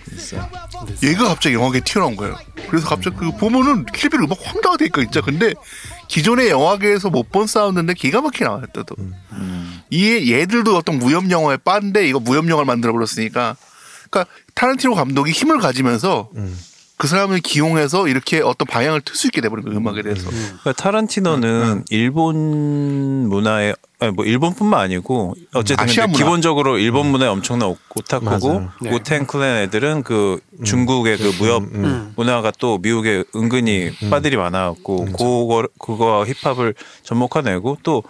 얘가 갑자기 영화계 에 튀어나온 거예요 그래서 갑자기 그 보면은 킬빌 음악 황당하게 있거 진짜 근데 기존의 영화계에서 못 본 사운드인데 기가 막히게 나와요 또 또. 이 얘들도 어떤 무협 영화에 빠는데 이거 무협 영화를 만들어 버렸으니까 그러니까 타란티노 감독이 힘을 가지면서 그 사람을 기용해서 이렇게 어떤 방향을 틀 수 있게 돼버린 거예요 음악에 대해서
그러니까 타란티노는 일본 문화에 아니 뭐 일본뿐만 아니고 어쨌든
아시아 문화.
근데 기본적으로 일본 문화에 엄청난 오- 오타쿠고
맞아요.
네.
오텐 클랜 애들은 그 중국의 그 무협 문화가 또 미국에 은근히 빠들이 많아갖고 그거 그거 힙합을 접목해내고 또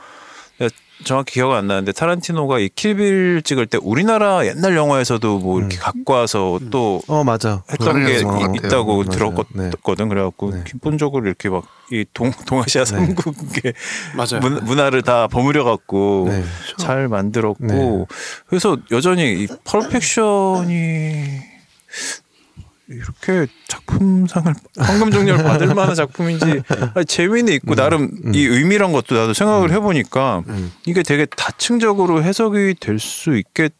내가 정확히 기억 안 나는데 타란티노가 이 킬빌 찍을 때 우리나라 옛날 영화에서도 뭐 이렇게 갖고 와서 또
어 맞아.
했던 게
그런 것
이- 있다고
맞아요. 네.
들었거든. 그래갖고
네.
기본적으로 이렇게 막 이 동 동아시아 삼국의
음.
맞아요.
문, 문화를 다 버무려갖고
네.
잘 만들었고
네.
그래서 여전히 이 퍼펙션이 이렇게 작품상을 황금 종려를 받을 만한 작품인지 아니, 재미는 있고
네.
나름
음.
이 의미란 것도 나도 생각을 해보니까 이게 되게 다층적으로 해석이 될 수 있겠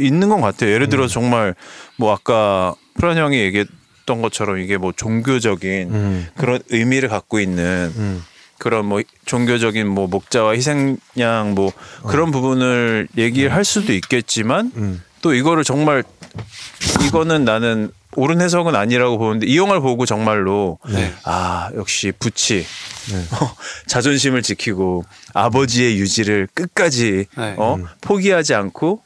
있는 것 같아요. 예를 들어
음.
정말 뭐 아까 프란 형이 얘기했던 것처럼 이게 뭐 종교적인
음.
그런 의미를 갖고 있는
음.
그런 뭐 종교적인 뭐 목자와 희생양 뭐 그런 부분을 얘기할 수도 있겠지만
음.
또 이거를 정말 이거는 나는 옳은 해석은 아니라고 보는데 이 영화를 보고 정말로
네.
네.
아 역시 부치 어, 자존심을 지키고 아버지의 유지를 끝까지
네.
어 포기하지 않고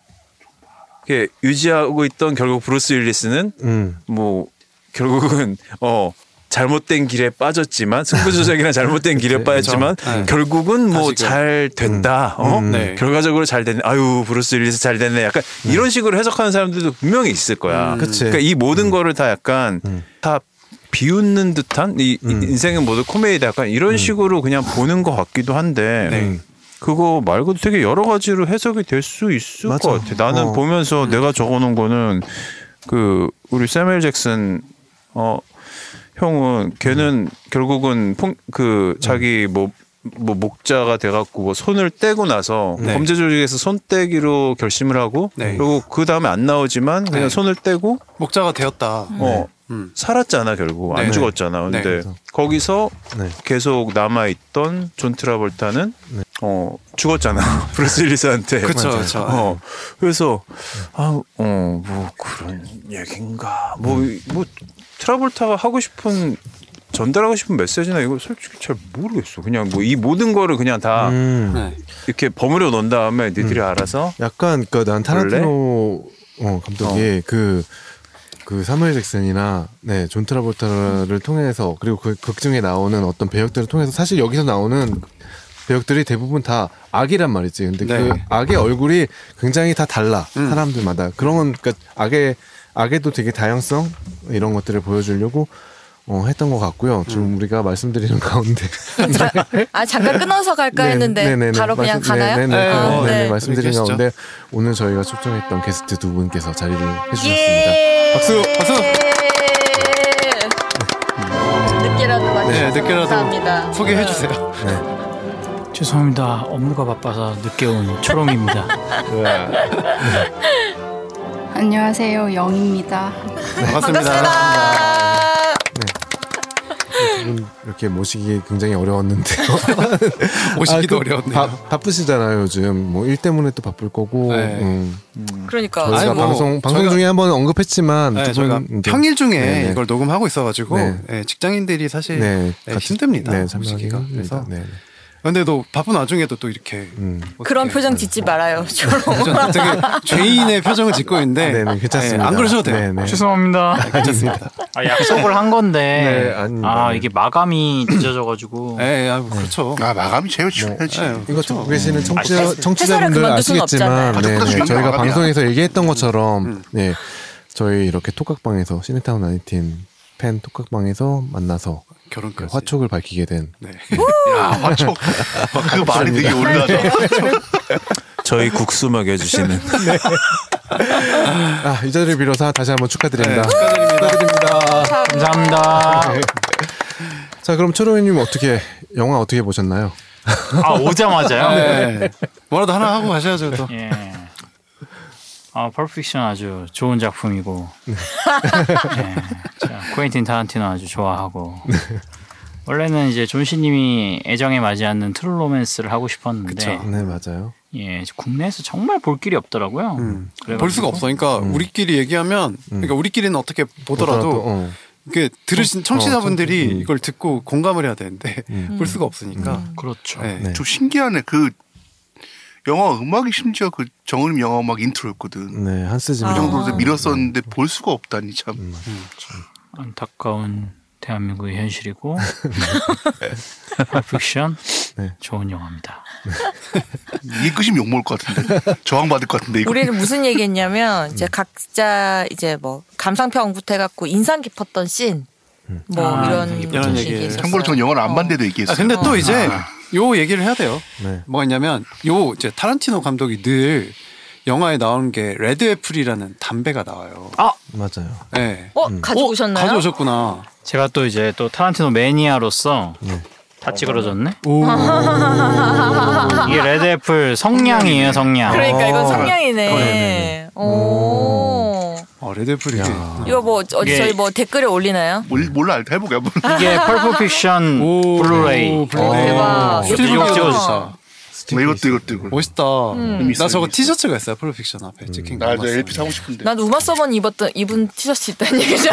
이렇게 유지하고 있던 결국 브루스 윌리스는
음.
뭐 결국은 어 잘못된 길에 빠졌지만 승부조작이나 잘못된 길에 빠졌지만
네.
결국은 뭐
다시금.
잘 된다. 어?
음. 네.
결과적으로 잘 됐네. 아유 브루스 윌리스 잘 됐네. 약간 이런 식으로 해석하는 사람들도 분명히 있을
음.
거야.
그치.
그러니까 이 모든 거를 다 약간 다 비웃는 듯한 이 이-
음.
인생은 모두 코미디다. 약간 이런 식으로 그냥 보는 것 같기도 한데.
네.
음.
그거 말고도 되게 여러 가지로 해석이 될 수 있을
맞아.
것 같아. 나는
어.
보면서 내가 적어놓은 거는 그 우리 세멜 잭슨 어 형은 걔는 결국은 폰- 그 자기 뭐, 뭐 목자가 돼갖고 뭐 손을 떼고 나서
네.
범죄 조직에서 손 떼기로 결심을 하고
네.
그리고 그 다음에 안 나오지만 그냥
네.
손을 떼고
목자가 되었다.
어
음.
살았잖아 결국 안
네.
죽었잖아
네.
근데 거기서
네.
계속 남아 있던 존 트라볼타는 어 죽었잖아 브루스 윌리스한테
그쵸, 그쵸. 네.
어 그래서 아, 아어뭐 그런 얘긴가 뭐 뭐 트라볼타가 하고 싶은 전달하고 싶은 메시지나 이거 솔직히 잘 모르겠어 그냥 뭐 이 모든 거를 그냥 다
음.
네.
이렇게 버무려 놓은 다음에 니들이 알아서
약간 그러니까 그난 타란티노 어, 감독이 그. 그 사무엘 잭슨이나 네, 존 트라볼타를 통해서 그리고 그 극중에 나오는 어떤 배역들을 통해서 사실 여기서 나오는 배역들이 대부분 다 악이란 말이지. 근데
네.
그 악의 얼굴이 굉장히 다 달라 사람들마다. 그런 건 그러니까 악의 악에도 되게 다양성 이런 것들을 보여주려고 어, 했던 것 같고요. 지금 우리가 말씀드리는 가운데
아 잠깐 끊어서 갈까
네,
했는데
네, 네, 네.
바로 그냥
말씀-
가나요?
네, 네, 네.
아,
그럼
네.
네, 말씀드린
계시죠.
가운데 오늘 저희가 초청했던 게스트 두 분께서 자리를 해주셨습니다.
예. 네,
박수, 박수.
늦게라도 맞춰서
네, 늦게라도
감사합니다.
소개해
음.
주세요.
죄송합니다. 업무가 바빠서 늦게 온 초롬입니다.
안녕하세요, 영입니다.
두분
반갑습니다.
이렇게 모시기 굉장히 어려웠는데요.
오시기도
아, 그
어려웠네요.
바, 바쁘시잖아요 요즘. 뭐 일 때문에 또 바쁠 거고.
네.
음.
그러니까
아니,
저희가
뭐,
방송 방송
저희가-
중에 한번 언급했지만
네,
두
저희가
분 음, 이제-
평일 중에
네, 네.
이걸 녹음하고 있어가지고
네.
예, 직장인들이 사실
네,
네,
같이-
힘듭니다.
네,
오시기가.
참여하기가
그래서
네, 음. 네.
근데도 바쁜 와중에도 또 이렇게 네,
그런 표정 짓지 말아요. 초롱.
되게 죄인의 표정을 짓고 있는데
아, 네네, 괜찮습니다.
예, 안 그러셔도 돼요.
네네.
죄송합니다.
괜찮습니다.
아, 약속을 한
네,
건데
아닙니다.
아 이게 마감이
네.
늦어져가지고
예, 예, 아, 그렇죠.
아 마감이 제일 중요하지.
예,
이거 듣고 계시는 청취자,
회사를
청취자분들
그만둘 순 없잖아요.
아시겠지만
가족보다
네네,
그렇죠.
중요한
저희가
마감이야.
방송에서 얘기했던 것처럼
음.
네, 저희 이렇게 톡각방에서 시네타운 아이팀 팬 톡각방에서 만나서 그
결혼까지.
화촉을 밝히게 된
네.
야 화촉. 그 말이 되게 올라져.
저희 국수 먹여주시는
아, 이 자리를 빌어서 다시 한번 축하드립니다.
네,
축하드립니다.
감사합니다.
자, 그럼 초롱이님 어떻게 영화 어떻게 보셨나요?
아 오자마자요.
예. 뭐라도 하나 하고 가셔야죠 또.
예. 아, 펄픽션 아주 좋은 작품이고. 예. 자, 코엔틴 타란티노 아주 좋아하고. 원래는 이제 존시님이 애정에 맞지 않는 트루 로맨스를 하고 싶었는데,
네, 맞아요.
예, 국내에서 정말 볼 길이 없더라고요. 그래가지고
볼 수가 없어. 그러니까 우리끼리 얘기하면, 그러니까 우리끼리는 어떻게 보더라도
어.
이게 들으신 청취자분들이
어, 좀, 음.
이걸 듣고 공감을 해야 되는데 볼 수가 없으니까.
그렇죠.
네.
네.
좀 신기하네. 그 영화 음악이 심지어 그 정은임 영화 음악 네. 인트로였거든.
네, 한스
그
아.
짐.
정도로 이제 밀었었는데 볼 수가 없다니 참.
안타까운 대한민국의 현실이고, 펄픽션
네.
좋은 영화입니다.
이 끝이면 욕먹을 것 같은데. 저항받을 것 같은데. 이거.
우리는 무슨 얘기했냐면 이제 각자 이제 뭐 감상평부터 해갖고 인상 깊었던 씬. 뭐
아, 인상
이런
깊었던
이런
얘기
얘기.
있었어요.
참고로 저는 영화를 안
어.
봤는데도 얘기했어요.
아, 근데 또 이제 요 얘기를 해야 돼요.
네.
뭐가 있냐면 요 이제 타란티노 감독이 늘 영화에 나오는 게 레드 애플이라는 담배가 나와요.
맞아요.
네.
어 가져오셨나요?
가져오셨구나.
제가 또 이제 또 타란티노 매니아로서 다 찌그러졌네?
어,
오.
이게 레드애플 성냥이에요, 성냥.
그러니까 이건
네네네.
성냥이네. 오.
어, 레드 애플이.
이거 뭐 어디
예.
이게-
저희 뭐 댓글에 올리나요?
몰- 몰라 해보게 한번.
이게 펄프 픽션
오.
블루레이.
오, 블루레이.
대박.
이것도 이거 찍어줬어.
찍어줬어.
뭐 이것도 이것도 이거.
멋있다. 나
재밌어요, 재밌어요.
저거 티셔츠가 있어요. 프로픽션 앞에 찍힌 거.
나저
봤어요.
LP 음. 사고 싶은데.
난 우마 네. 서번 입었던 입은 티셔츠 있다는 얘기죠.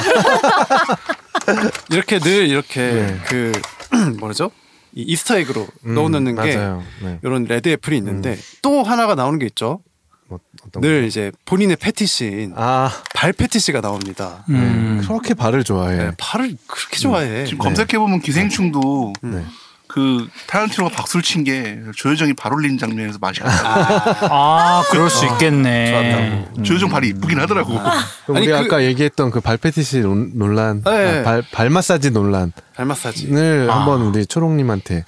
이렇게 늘 이렇게 그 뭐라죠? 이 이스터에그로 넣어놓는 게
음, 맞아요. 네.
이런 레드 애플이 있는데 또 하나가 나오는 게 있죠.
뭐, 어떤
늘 이제 본인의 패티시인
아,
발 패티시가 나옵니다.
음.
그렇게 발을 좋아해.
네, 발을 그렇게 좋아해.
지금 검색해보면 기생충도
네.
그 타란티노가 박수를 친 게 조여정이 발 올린 장면에서 맛이 아,
아, 그럴 수 있겠네.
음. 조여정 발이 이쁘긴 하더라고.
그럼
아니,
우리
그-
아까 얘기했던 그 발패티시 논- 논란,
네.
아, 발, 발 마사지 논란을
발
음.
마사지.
네, 한번 우리 초롱님한테,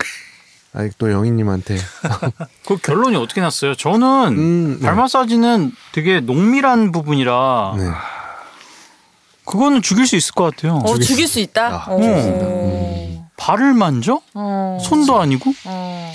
아니 또 영희님한테
그 결론이 어떻게 났어요? 저는
음, 네.
발 마사지는 되게 농밀한 부분이라
네.
그거는 죽일 수 있을 것 같아요.
어 죽일 수 있다.
아,
어.
죽일 수 있다. 음. 발을 만져?
어.
손도 아니고?
어.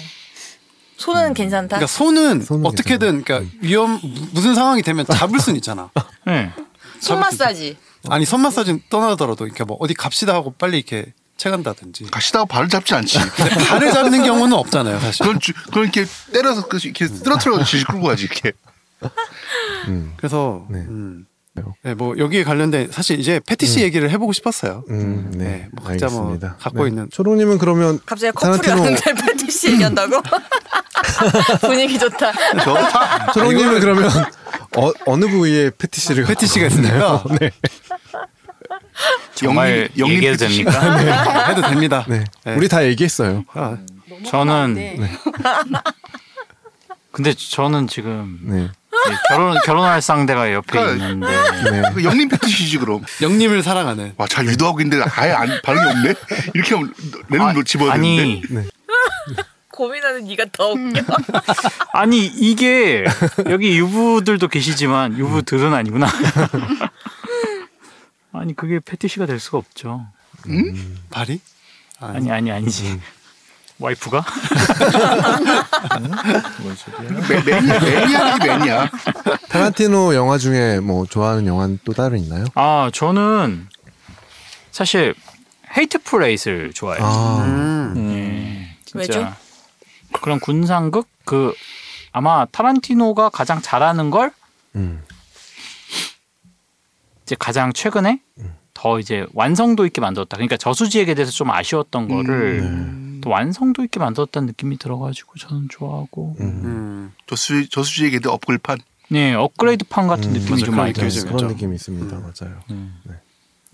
손은 괜찮다.
그러니까 손은,
손은
어떻게든 그러니까 위험 무슨 상황이 되면 잡을 순 있잖아.
네.
어, 손 마사지.
아니 손 마사지는 떠나더라도 이렇게 뭐 어디 갑시다 하고 빨리 이렇게 채간다든지.
가시다가 발을 잡지 않지.
근데 발을 잡는 경우는 없잖아요, 사실.
그건 주, 그건 이렇게 때려서 그- 이렇게 쓰러뜨려 지지 끌고 가지 이렇게.
그래서
네.
음. 네, 뭐 여기에 관련된 사실 이제 패티시 얘기를 해보고 싶었어요.
음, 네,
네, 뭐 각자 뭐
알겠습니다. 네.
갖고 있는-
초롱님은 그러면
갑자기 커플이
타란티노-
왔는데 패티시 얘기한다고? 분위기 좋다.
음, 저다
초롱님은 그러면 어, 어느 부위에 패티시를 갖고
아, 패티시가 있으니까
네.
정말
영림- 영림
얘기해도
패티시. 아, 네,
됩니까?
해도 됩니다.
네.
네.
우리 다 얘기했어요.
아,
저는
네.
근데 저는 지금
네.
결혼 결혼할 상대가 옆에
그러니까-
있는데
네.
그 영림 패티시지 그럼.
영님을 사랑하는
와 잘 유도하고 있는데 아예 안 반응이 없네. 이렇게 하면 랜덤 집어야
아니
되는데.
고민하는 네가 더 웃겨.
아니 이게 여기 유부들도 계시지만 유부들은 아니구나. 아니 그게 패티시가 될 수가 없죠.
발이
아니 음. 아니 아니지. 와이프가
매- 매니아 매니아지 매니아.
타란티노 영화 중에 뭐 좋아하는 영화는 또 따로 있나요?
아 저는 사실 헤이트풀 에잇을 좋아해요.
아,
음.
진짜
왜죠?
그런 군상극 그 아마 타란티노가 가장 잘하는 걸
음.
이제 가장 최근에 더 이제 완성도 있게 만들었다. 그러니까 저수지에 대해서 좀 아쉬웠던 거를 또 완성도 있게 만들었다는 느낌이 들어가지고 저는 좋아하고
음.
음.
저수 저수지에게도 업글판
네 업그레이드판 같은
음, 그렇죠.
느낌이
맞아,
좀 많이 들어요.
그런 느낌이 좀
그런
있죠.
느낌이 있습니다. 맞아요.
음.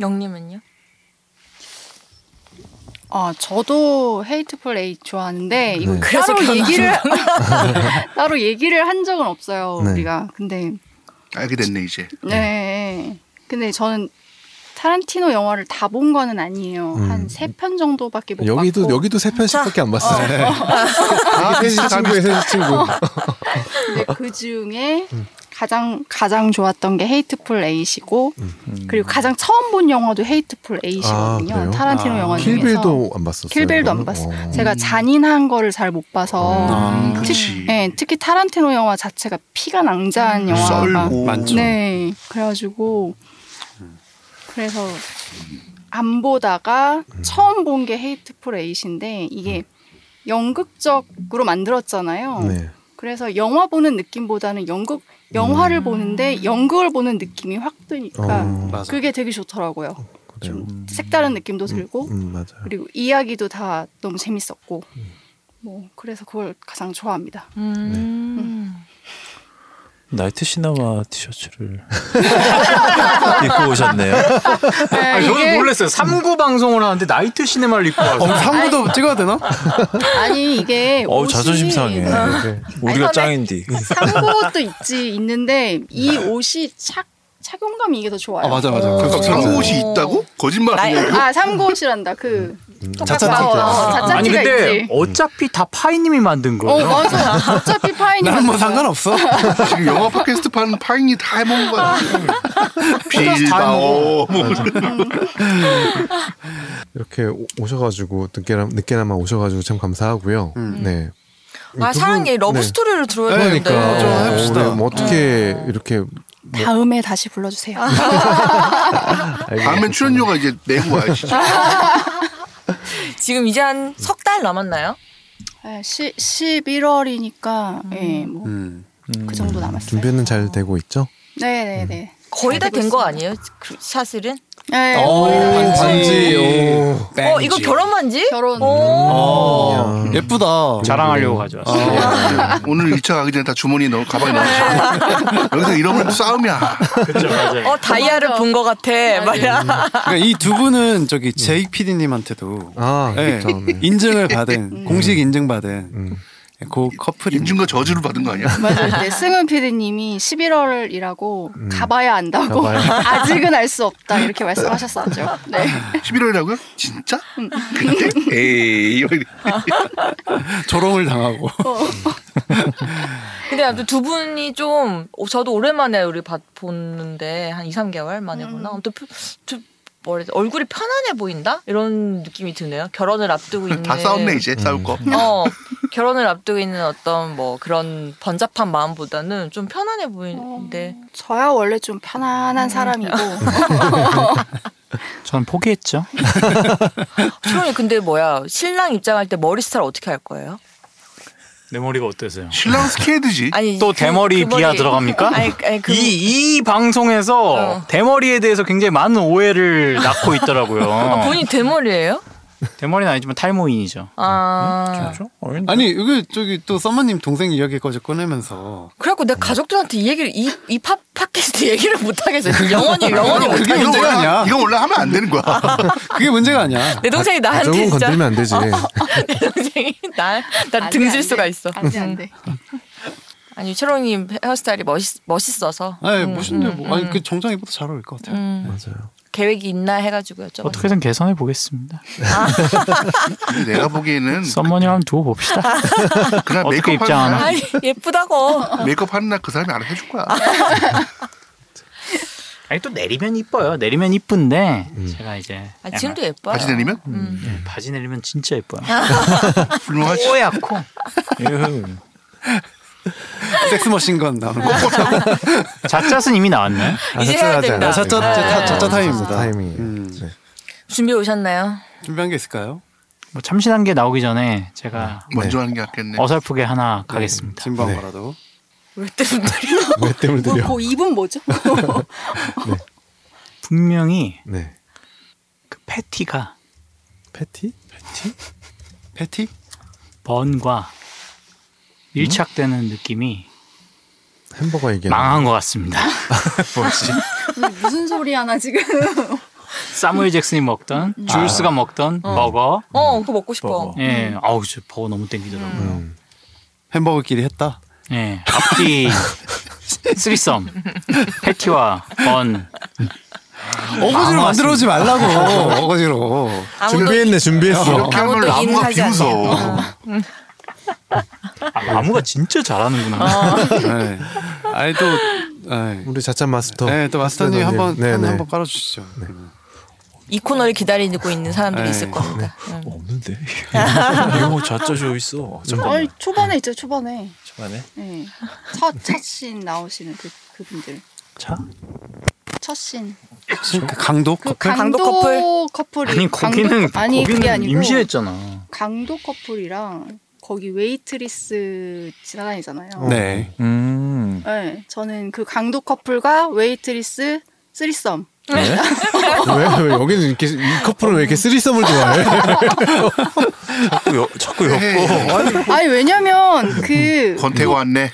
영님은요?
아, 저도 헤이트풀 에이 좋아하는데 이거
네.
그래서
따로
결혼하신
얘기를 따로 얘기를 한 적은 없어요
네.
우리가. 근데
알게 됐네 이제.
네. 근데 저는 타란티노 영화를 다 본 거는 아니에요.
음.
한 세 편 정도밖에 못
어.
여기도
봤고.
여기도 세 편씩밖에 안 봤어요. 아, 세시 친구의 세시 친구.
근데 그 중에 가장 가장 좋았던 게 헤이트풀 에이시고 그리고 가장 처음 본 영화도 헤이트풀
음.
에이시거든요.
아, 그래요?
타란티노
아,
영화 중에서
킬빌도 안 봤었어요.
킬빌도 안
이거는?
봤어.
어.
제가 잔인한 거를 잘 못 봐서
아,
특,
음, 그렇지.
예, 특히 타란티노 영화 자체가 피가 낭자한 영화가
썰고
많죠.
아, 네 그래가지고 그래서 안 보다가 처음 본 게 헤이트풀 에이신데 이게 연극적으로 만들었잖아요.
네.
그래서 영화 보는 느낌보다는 연극 영화를 보는데 연극을 보는 느낌이 확 드니까
어,
음, 맞아.
그게 되게 좋더라고요.
그래요.
색다른 느낌도 들고
음, 맞아요.
그리고 이야기도 다 너무 재밌었고 뭐 그래서 그걸 가장 좋아합니다.
음.
나이트 시나마 티셔츠를 입고 오셨네요.
아, 저는 놀랐어요. 3구 방송을 하는데 나이트 시네마를 입고 와서
어, 3부도 찍어야 되나?
아니 이게
어우
네, 옷이 네.
자존심 상해. 네. 우리가
아니,
짱인디.
상고도 있지 있는데 이 옷이 착 착용감이 이게 더 좋아요.
아 맞아 맞아.
어,
그러니까
그거
그런
맞아요.
곳이 있다고? 거짓말
나이-
아니야?
아 삼고옷이란다 그
자차티.
어, 어, 자차티가
아니 근데
있지.
어차피 다 파이님이 만든
어
거예요.
맞아. 어차피 파인이
나는 뭐
맞았어요.
상관없어.
지금 영화 팟캐스트 파는 파인이 다 해먹은 거야.
먹어.
빌바오. 뭐.
이렇게 오- 오셔가지고 늦게나, 늦게나마 오셔가지고 참 감사하고요.
음.
네.
아
두 분-
사랑해 러브
네.
스토리를 들어야 되는데.
그러니까
좀
어,
해봅시다.
우리 뭐 어떻게 이렇게
음.
뭐
다음에 다시 불러주세요.
아.
알게
다음엔
됐-
출연료가 이제 내고 와야지.
지금 이제 한 석 달 남았나요?
네, 시, 11월이니까 예 뭐 그
음.
정도 남았어요.
준비는 잘 되고 있죠?
네네네.
거의 다
되고
된 거
있습니다.
아니에요? 그 사실은?
네,
어,
반지. 오.
네,
어 이거 결혼 반지?
결혼.
어,
이야.
예쁘다.
자랑하려고 가져왔어요.
오늘 2차 가기 전에 다 주머니 넣어 가방에 넣어. 여기서 잃어버리면 싸움이야.
그렇죠, 맞아요.
어 다이아를 본 거 같아. 음. 말이야.
그러니까 이 두 분은 저기 제이 PD님한테도
아,
예,
그렇죠. 네.
인증을 받은
음.
공식 인증받은
음.
그 커플이
인증과 저주를 받은 거 아니야?
맞아요. 네, 승은 PD님이 11월이라고
음.
가봐야 안다고
가봐야.
아직은 알 수 없다 이렇게 말씀하셨었죠. 네.
11월이라고요? 진짜? 근데 에이 이런-
조롱을 당하고.
근데 아무튼 두 분이 좀 어, 저도 오랜만에 우리 봤- 보는데 한 2, 3개월 만에구나. 아무튼 표- 저- 뭐래 얼굴이 편안해 보인다 이런 느낌이 드네요. 결혼을 앞두고 있는
다 싸웠네 이제 싸울 거.
어 결혼을 앞두고 있는 어떤 뭐 그런 번잡한 마음보다는 좀 편안해 보이는데
저야 원래 좀
음.
편안한 사람이고
전 포기했죠.
시원이 근데 뭐야 신랑 입장할 때 머리 스타일 어떻게 할 거예요?
내 머리가 어때서요?
신랑 스케드지.
아니
또
그-
대머리
그
비하
머리-
들어갑니까?
아니, 아니 그
이, 이 방송에서
어.
대머리에 대해서 굉장히 많은 오해를 낳고 있더라고요.
아, 본인 대머리예요?
대머리는 아니지만 탈모인이죠.
아
아니 이거 저기 또 썸머님 동생 이야기까지 꺼내면서
그래갖고 내 가족들한테 이 얘기를 이이 팟캐스트 얘기를 못 하겠어. 영원히 영원히 못.
그게
이거
문제가
원래
아니야.
이거 원래 하면 안 되는 거야.
그게 문제가 아니야.
내 동생이 나한테
가정은
진짜 어,
건들면 안 되지. 네.
내 동생이 나나 아, 등질 수가 있어. 음.
안돼 안돼.
아니 최롱님 헤어스타일이 멋있 멋있어서
아니
음,
무슨데
음,
뭐 아니
음.
그 정장 입어도 잘 어울릴 것 같아요.
음,
맞아요.
계획이 있나 해가지고 여쭤봤어요.
어떻게든 개선해 보겠습니다.
근데 내가 보기에는
썸머니 한번 두고 봅시다.
그날
어떻게
메이크업 하는
입장하나?
날
아이 예쁘다고. 아,
메이크업 하는 날 그 사람이 알아서 해줄 거야.
아니 또 내리면 이뻐요. 내리면 이쁜데
음.
제가 이제
아, 지금도 예뻐요.
바지 내리면 음.
약간 바지 내리면 진짜 예뻐요.
아,
훌륭하지.
뽀얗고
섹스머신건 나오는 거.
자짜은 이미 나왔나요?
아,
이제 해야
샤짜하지
된다.
않아요?
자짜 자짜 자짜 타임입니다.
네. 타이밍이에요.
음.
네.
준비 오셨나요?
준비한 게 있을까요?
뭐 참신한 게 나오기 전에 제가
먼저 하는 게 낫겠네.
어설프게 하나 가겠습니다.
진부한 거라도.
왜 때문에
왜 때문에
어,
뭐,
드려?
뭐 입은 뭐죠?
분명히
네.
그 패티가
패티?
패티? 패티?
번과 밀착되는 느낌이
햄버거
음.
얘기.
망한 것 같습니다.
뭐
무슨 소리 하나 지금. 음.
사무엘 잭슨이 먹던 줄스가
아.
먹던 버거.
어, 그거 먹고
뭐,
싶어.
예, 아우 저 버거 너무 땡기더라고요.
햄버거끼리 했다.
예, 앞뒤 쓰리썸 패티와 번
어거지로 만들어오지 말라고. 아, 어거지로.
아무도
준비했네 준비했어.
이렇게 하면
아무도
나무가
인사하지 않네요.
비웃어.
아, 나무가 진짜 잘하는구나.
네. 아니 또, 네.
우리 자찬 마스터.
네, 또 마스터님
네,
한번
네, 네.
한번 깔아주시죠.
이 코너를 기다리고 있는 사람들이
네,
에이.
있을 겁니다. 음. 응.
없는데. 이거 좌짜 줘 있어.
아니
잠깐만.
초반에 있죠 초반에.
초반에.
네. 첫첫씬 나오시는 그 그분들.
자,
첫 씬.
그 강도
그
커플?
강도
강도
커플이
아니 거기는
강도, 아니 그게
거기는
아니고
임신했잖아.
강도 커플이랑 거기 웨이트리스 지나다니잖아요.
어.
네.
음.
네, 저는 그 강도 커플과 웨이트리스 쓰리썸.
왜, 왜 여기는 이렇게 이 커플은 왜 이렇게 쓰리썸을 좋아해?
자꾸 여, 자꾸
네.
에이,
엮어.
아니 왜냐면 그
네. 음, 권태고 왔네.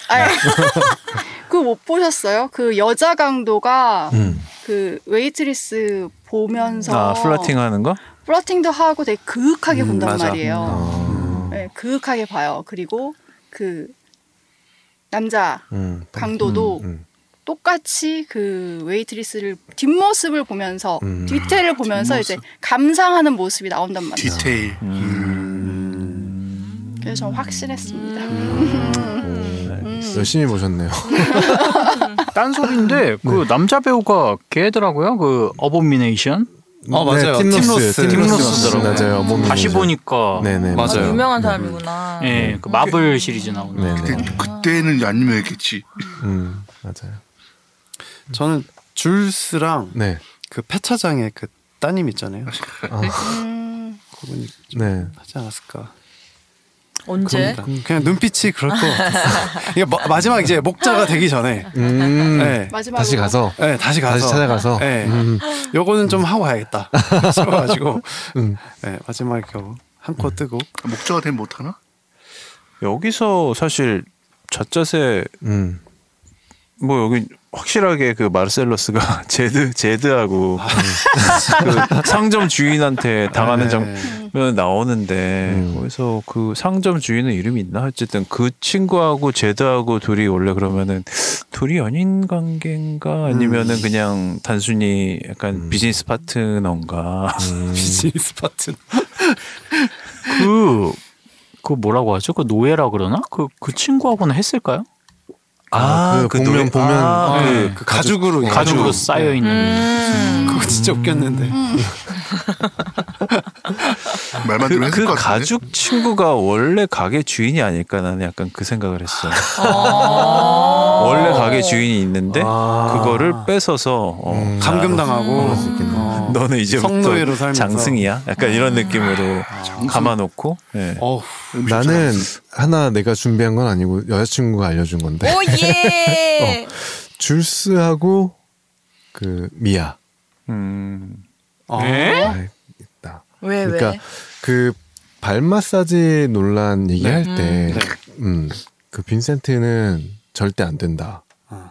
그 못 보셨어요? 그 여자 강도가 그 웨이트리스 보면서
음. 아 플러팅 음, 하는 거?
플러팅도 하고 되게 그윽하게 본단
맞아.
말이에요. 네, 그윽하게 봐요. 그리고 그 남자
음,
강도도
음,
똑같이 그 웨이트리스를 뒷모습을 보면서
음.
뒤태를 보면서 이제 감상하는 모습이 나온단 말이에요.
디테일.
음.
그래서 저는 확신했습니다.
음.
음. 열심히 보셨네요.
딴 소리인데 그 남자 배우가 걔더라고요. 그 어보미네이션.
어, 맞아요.
네, 팀로스,
팀로스.
팀로스,
팀로스더라고요.
맞아요. 몸
다시 보니까
네네
아,
맞아요.
유명한 사람이구나.
예, 그 마블 시리즈 나오는.
네네.
그때,
음.
그때는 안 유명했겠지.
음 맞아요.
저는 줄스랑
네.
그 폐차장의 그 따님 있잖아요.
음,
그분이
네.
하지 않았을까.
언제?
그러니까 그냥 눈빛이 그럴 것 같았어요. 이게 마, 마지막 이제 목자가 되기 전에
음.
네.
마지막으로
다시 가서
네, 다시 가서
다시 찾아가서
네.
음.
요거는 좀 하고 가야겠다. 싶어가지고
음.
네, 마지막에 겨우 한 코 뜨고
목적어 되면 못하나?
여기서 사실 좌짜세
음.
뭐 여기 확실하게 그 마르셀로스가 제드 제드하고
아.
그 상점 주인한테 당하는
네.
음.
장면 나오는데 거기서 그 상점 주인은 이름이 있나 어쨌든 그 친구하고 제드하고 둘이 원래 그러면은 둘이 연인 관계인가 아니면은 그냥 단순히 약간 비즈니스 파트너인가
음. 비즈니스 파트
그, 그 뭐라고 하죠? 그 노예라 그러나? 그, 그 친구하고는 했을까요?
아, 그 복면,
노래-
복면.
아,
네.
그
그 가죽으로 이렇게
가죽으로
하고.
쌓여있는.
네.
음.
음.
그거 진짜 웃겼는데
말만
그,
들으면 했을
그
것 같은데.
가죽 친구가 원래 가게 주인이 아닐까 나는 약간 그 생각을 했어.
아.
원래 가게 주인이 있는데
아.
그거를 뺏어서 어,
음.
감금당하고 어,
너는
성노예로
이제부터
살면서. 아.
장승이야. 약간 이런 느낌으로 감아놓고. 예.
어우,
나는 하나 내가 준비한 건 아니고 여자친구가 알려준 건데
오 예.
줄스하고 그 미아
음.
어.
아, 있다.
왜 네, 왜?
그러니까 그 발 마사지 논란 얘기할
네.
때, 음, 그 빈센트는 절대 안 된다.
아.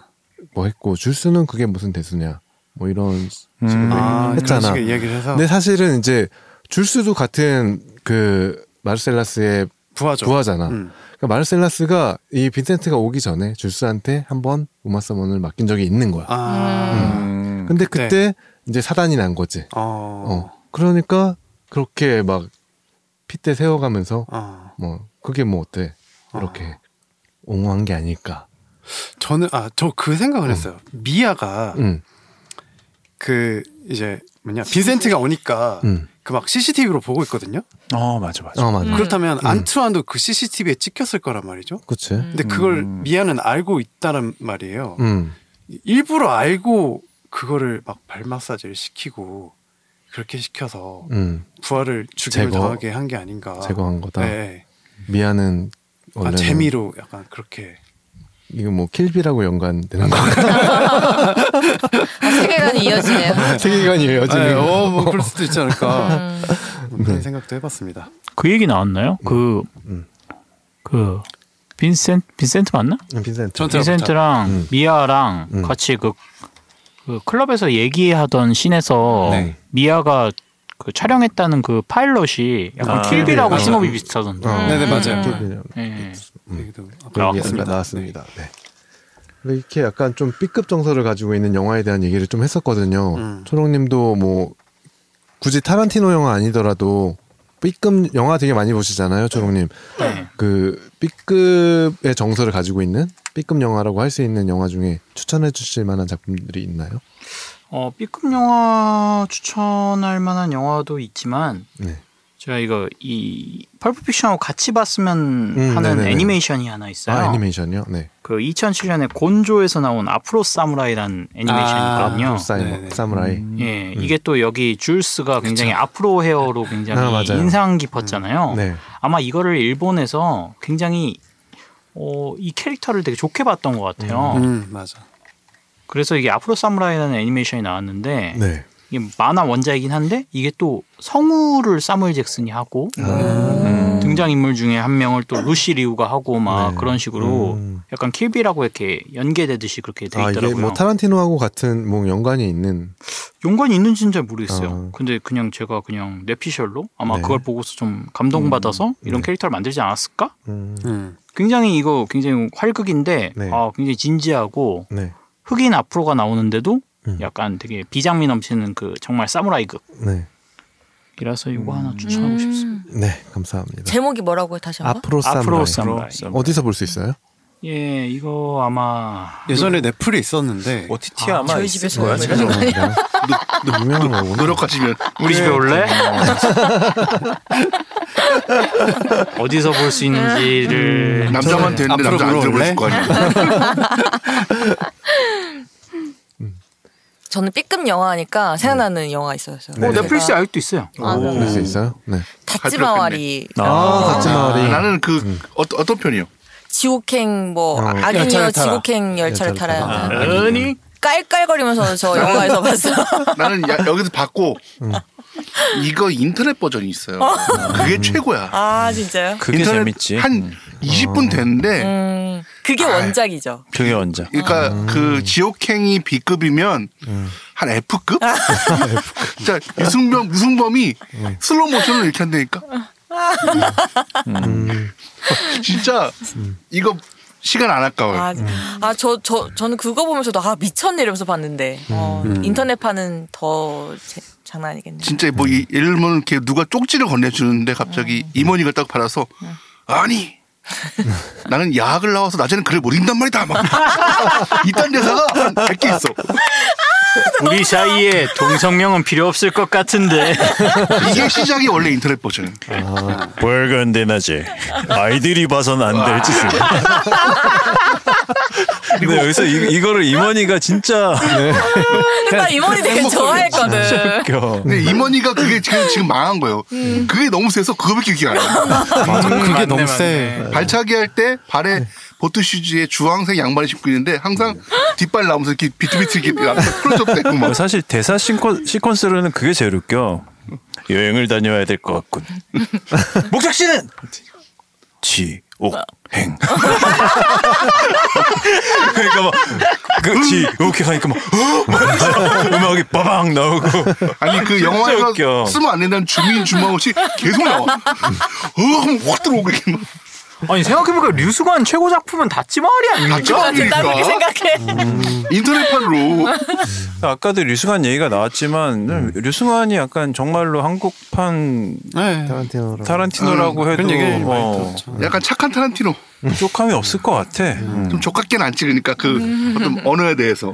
뭐 했고 줄스는 그게 무슨 대수냐, 뭐 이런 식으로
음.
아, 그런
했잖아. 네.
식의 이야기를 해서
근데 사실은 이제 줄스도 같은 그 마르셀라스의
부하죠.
부하잖아.
음.
그러니까 마르셀라스가 이 빈센트가 오기 전에 줄스한테 한번 우마 서먼을 맡긴 적이 있는 거야.
아,
음.
근데 그때 이제 사단이 난 거지.
어,
어. 그러니까 그렇게 막 핏대 세워가면서
어.
뭐 그게 뭐 어때 이렇게 옹호한 게 아닐까.
저는 아 저 그
음.
생각을 했어요. 미아가
응,
그 이제 뭐냐 빈센트가 오니까
응.
그 막 CCTV로 보고 있거든요.
어 맞아 맞아.
음. 어
음.
맞아.
그렇다면 안트완도 그 CCTV에 찍혔을 거란 말이죠.
그치.
근데 그걸 미아는 알고 있다란 말이에요.
응.
일부러 알고 그거를 막 발 마사지를 시키고 그렇게 시켜서
응.
부하를 죽임을
음. 제거.
당하게 한 게 아닌가.
제거한 거다.
네.
미아는
아,
원래
재미로 약간 그렇게
이거 뭐 킬비라고 연관되는 건가?
아, 세계관이 이어지네요.
세계관이에요.
네,
지금.
어, 뭐 그럴 수도 있지 않을까
음.
그런 생각도 해봤습니다.
그 얘기 나왔나요? 그,
음.
그, 빈센, 빈센트 맞나?
음, 빈센트.
전체
빈센트랑
음.
미아랑
음.
같이 그, 그 클럽에서 얘기하던 씬에서
네.
미아가 그 촬영했다는 그 파일럿이 약간
아,
킬빌하고
킬빌.
스모비 비슷하던데.
어.
네네 맞아요.
킬비라고.
예.
얘기도 아까
그런
나왔습니다.
얘기가 나왔습니다. 네. 이렇게 약간 좀 B급 정서를 가지고 있는 영화에 대한 얘기를 좀 했었거든요.
음.
초롱님도 뭐 굳이 타란티노 영화 아니더라도 B급 영화 되게 많이 보시잖아요, 초롱님.
네.
그 B급의 정서를 가지고 있는 B급 영화라고 할 수 있는 영화 중에 추천해 주실 만한 작품들이 있나요?
어, B급 영화 추천할 만한 영화도 있지만
네.
제가 이거 이 펄프 픽션하고 같이 봤으면
음,
하는
네네네.
애니메이션이 하나 있어요.
아, 애니메이션이요? 네.
그 2007년에 곤조에서 나온 앞으로 사무라이라는 애니메이션이거든요.
아,
사이 음,
네네.
사무라이.
예, 이게 또 여기 줄스가 굉장히 앞으로 헤어로 굉장히
아, 맞아요.
인상 깊었잖아요.
네.
아마 이거를 일본에서 굉장히 어, 이 캐릭터를 되게 좋게 봤던 것 같아요.
음 맞아.
그래서 이게 앞으로 사무라이라는 애니메이션이 나왔는데
네.
이게 만화 원작이긴 한데 이게 또 성우를 사무엘 잭슨이 하고
음. 아.
음.
음.
등장 인물 중에 한 명을 또 루시 리우가 하고 막
네.
그런 식으로
음.
약간 킬비라고 이렇게 연계되듯이 그렇게 돼
아,
있더라고요.
이게 뭐 타란티노하고 같은 뭐 연관이 있는
연관이 있는지는 잘 모르겠어요.
아.
근데 그냥 제가 그냥 뇌피셜로 아마
네.
그걸 보고서 좀 감동받아서 이런
네.
캐릭터를 만들지 않았을까?
음.
음.
굉장히 이거 굉장히 활극인데
네.
아, 굉장히 진지하고
네.
흑인 앞으로가 나오는데도
음.
약간 되게 비장미 넘치는 그 정말 사무라이극이라서
네.
이거 하나 추천하고
음.
싶습니다.
네, 감사합니다.
제목이 뭐라고요? 다시 한번.
앞으로
앞으로
사무라이. 네,
사무라이.
어디서 볼 수 있어요?
예, 이거 아마
예전에 넷플이 있었는데
OTT 아마
저희
있을
집에서
거야.
네,
보는
지금.
거예요.
유명한 거구나.
노력하시면
네.
우리
네.
집에 올래? 어디서 볼 수
음.
있는지를
남자만
네.
되는데
앞으로
남자 안 들어볼
물어볼래?
거 아니에요.
저는 B급 영화니까 생각나는 영화 있어요.
어,
네.
넷플릭스 에 아직도 있어요.
아, 그래요?
볼수 있어요? 네.
다찌마와리
아,
아,
하츠마을이.
나는 그
음.
어, 어떤 편이요?
지옥행 뭐
어,
아기녀
열차를 타라.
지옥행 열차를
열차를
타라.
타라.
하는
아니 네.
깔깔거리면서 저 영화에서 봤어요.
나는 야- 여기서 봤고
음.
이거 인터넷 버전이 있어요. 그게 최고야.
아 진짜요?
그게
인터넷
재밌지. 음. 어.
한 20분 됐는데
음 그게 원작이죠.
그게 언제?
그러니까 그 지옥행이 B급이면 한 F급? 진짜 유승범 유승범이 슬로우 모션을 이렇게 한다니까. 음. 진짜 이거 시간 안 아까워요.
아아 저 저 저, 는 그거 보면서도 아 미쳤네 이러면서 봤는데 어, 인터넷판은 더 제- 장난 아니겠네요.
진짜 뭐 이- 예를 들면 이렇게 누가 쪽지를 건네주는데 갑자기 임원이가 딱 받아서 아니 나는 야학을 나와서 낮에는 글을 못 읽는단 말이다 막 이딴 대사가 한 100개 있어
우리 사이에 동성명은 필요 없을 것 같은데.
이게 시작이 원래 인터넷 버전
월간 대낮에 아이들이 봐선 안 될 짓을. 근데 여기서 이, 이거를 임원이가 진짜
근데 나 그러니까 이 머리 되게 좋아했거든.
웃겨.
근데 임원이가 그게 지금, 지금 망한 거예요 그게 너무 세서 그거밖에 기억 안 나요
맞아. 그게 너무
맞네.
세.
발차기 할 때 발에 보트 슈즈에 주황색 양말을 신고 있는데 항상 뒷발 나오면서 이렇게 비트비트 이렇게 아, 풀어줬 되고 막
뭐 사실 대사 시퀀, 시퀀스로는 그게 제일 웃겨. 여행을 다녀야 될 것 같군. 목적지는 어. 지옥행. 그러니까 막그 지옥행 하니까 막, 어? 막 음악이 빠방 나오고
아니 그
진짜
영화에서
웃겨.
쓰면 안 된다는 주민 주마 없이 계속 나와 어 하면 확 들어오고 이렇게 막
아니 생각해보니까 류수관 최고 작품은 다찌마을이 아닙니까?
갑자기
나 그렇게
그러니까?
음.
음.
생각해.
인터넷판으로
아까도 류승환 얘기가 나왔지만 음, 류승환이 약간 정말로 한국판
네. 뭐.
타란티노로.
타란티노라고 해도
음, 그런 얘기를 많이
어,
들었죠.
약간 착한 타란티노
부족함이 없을 것 같아. 음.
좀 족같게는 안 찍으니까 그 어떤 언어에 대해서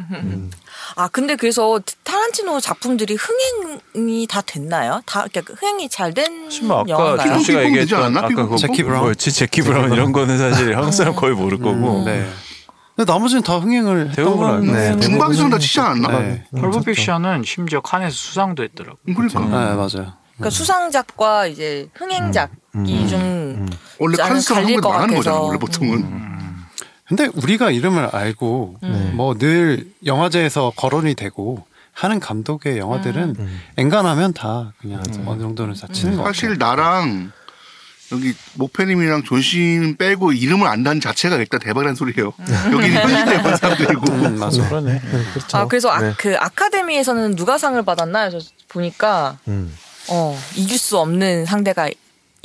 아 근데 그래서 타란티노 작품들이 흥행이 다 됐나요? 다 그러니까 흥행이 잘 된
뭐 아까
영화인가요?
조
피부-
씨가
피부 되지
얘기했던
않았나?
아까
피부-
그거
재키 브라운?
뭐였지 재키 브라운 이런 거는 사실 한국 사람 거의 모를 거고
네. 근데 나머지는 다 흥행을 했던 걸로 알고
대부분
있어요.
네.
중방에서 나 치지 않았나?
네.
음, 그렇죠. 펄프픽션은 심지어 칸에서 수상도 했더라고.
그러니까
네, 맞아요.
그러니까 수상작과 이제 흥행작이 좀
원래
나는
칸스랑 한국에
갈릴 것
망하는 거잖아
같아서.
원래 보통은
근데 우리가 이름을 알고
음.
뭐 늘 영화제에서 거론이 되고 하는 감독의 영화들은 엔간하면 다 그냥 어느 정도는 다 치는 것 같아요.
사실 나랑 여기 목표님이랑 존심 빼고 이름을 안다는 자체가 일단 대박이라는 소리예요.
음.
여기 현실대 본 사람들이고.
음, 맞아.
그러네.
그렇죠.
아 그래서 아,
네.
그 아카데미에서는 누가 상을 받았나요? 저 보니까
음,
어 이길 수 없는 상대가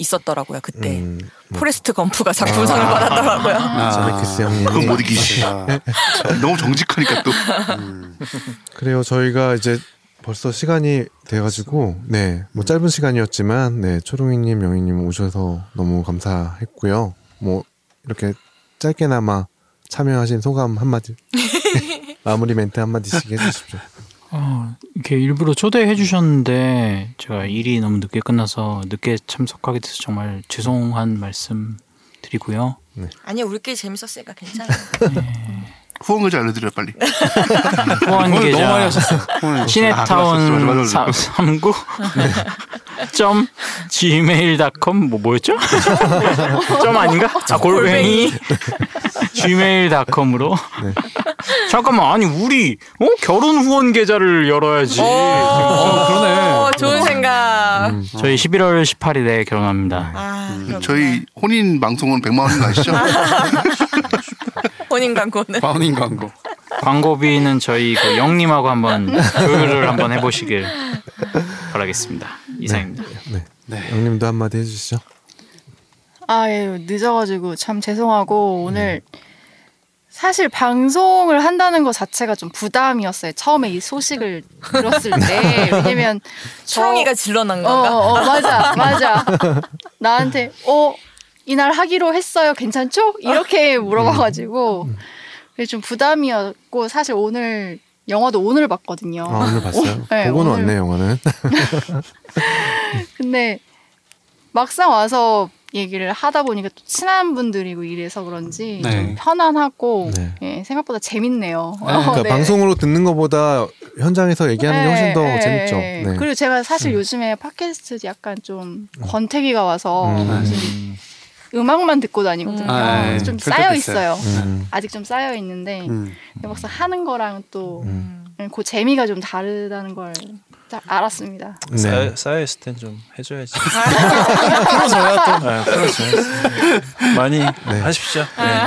있었더라고요 그때
음.
포레스트 검프가 작품상을 받았더라고요.
아,
제네키스 형님.
그건 못 이기지.
아,
너무 정직하니까 또.
그래요. 저희가 이제 벌써 시간이 돼가지고 네, 뭐 짧은 시간이었지만 네, 초롱이님, 영희님 오셔서 너무 감사했고요. 뭐 이렇게 짧게나마 참여하신 소감 한마디. 네, 마무리 멘트 한마디씩 해주십시오.
어, 이렇게 일부러 초대해 주셨는데 제가 일이 너무 늦게 끝나서 늦게 참석하게 돼서 정말 죄송한 말씀 드리고요.
아니요 우리끼리 재밌었으니까 괜찮아요.
후원 글자 알려드려 빨리.
후원
오늘 너무 많이
계좌
하셨어요. 오늘
아, 맞아,
시네타운
맞아, 맞아.
39 점 gmail.com 뭐 뭐였죠? 점 아닌가? 아 골뱅이 gmail.com으로 잠깐만 아니 우리 어 결혼 후원 계좌를 열어야지 음.
오, 어, 좋은 생각.
저희 11월 18일에 결혼합니다.
아, 그렇구나.
저희 혼인 방송은 100만 원인 거 아시죠?
혼인 광고는
바운인 광고.
광고비는 저희 그 영님하고 한번 조율을 한번 해보시길 바라겠습니다. 이상입니다.
네,
네.
영님도 한마디 해주시죠.
아유 늦어가지고 참 죄송하고 오늘 사실 방송을 한다는 것 자체가 좀 부담이었어요. 처음에 이 소식을 들었을 때
네.
왜냐면 저-
초롱이가 질러난
어,
건가?
어, 맞아, 맞아. 나한테, 어, 이날 하기로 했어요. 괜찮죠?
아.
이렇게
음.
물어봐가지고. 그게 좀 부담이었고, 사실 오늘, 영화도 오늘 봤거든요.
아, 오늘 봤어요.
네,
보고는
오늘.
왔네 영화는.
근데 막상 와서 얘기를 하다 보니까 또 친한 분들이고 이래서 그런지
네.
좀 편안하고,
네.
예, 생각보다 재밌네요.
그러니까
어, 네.
방송으로 듣는 것보다 현장에서 얘기하는 게 훨씬 더
예, 예,
재밌죠.
예.
네.
그리고 제가 사실 요즘에 팟캐스트 약간 좀 권태기가 와서
음.
음악만 듣고 다니거든요.
음.
네. 아, 예.
좀
그럴 때도
쌓여
있어요.
있어요.
음,
아직 좀 쌓여 있는데
음.
막상 하는 거랑 또
음.
음.
그 재미가 좀 다르다는 걸딱 알았습니다.
네.
쌓여 있을 땐 좀 해줘야지. 풀어줘야 또. 풀어줘야지. 네, 그렇죠. 많이 하십시오. 네.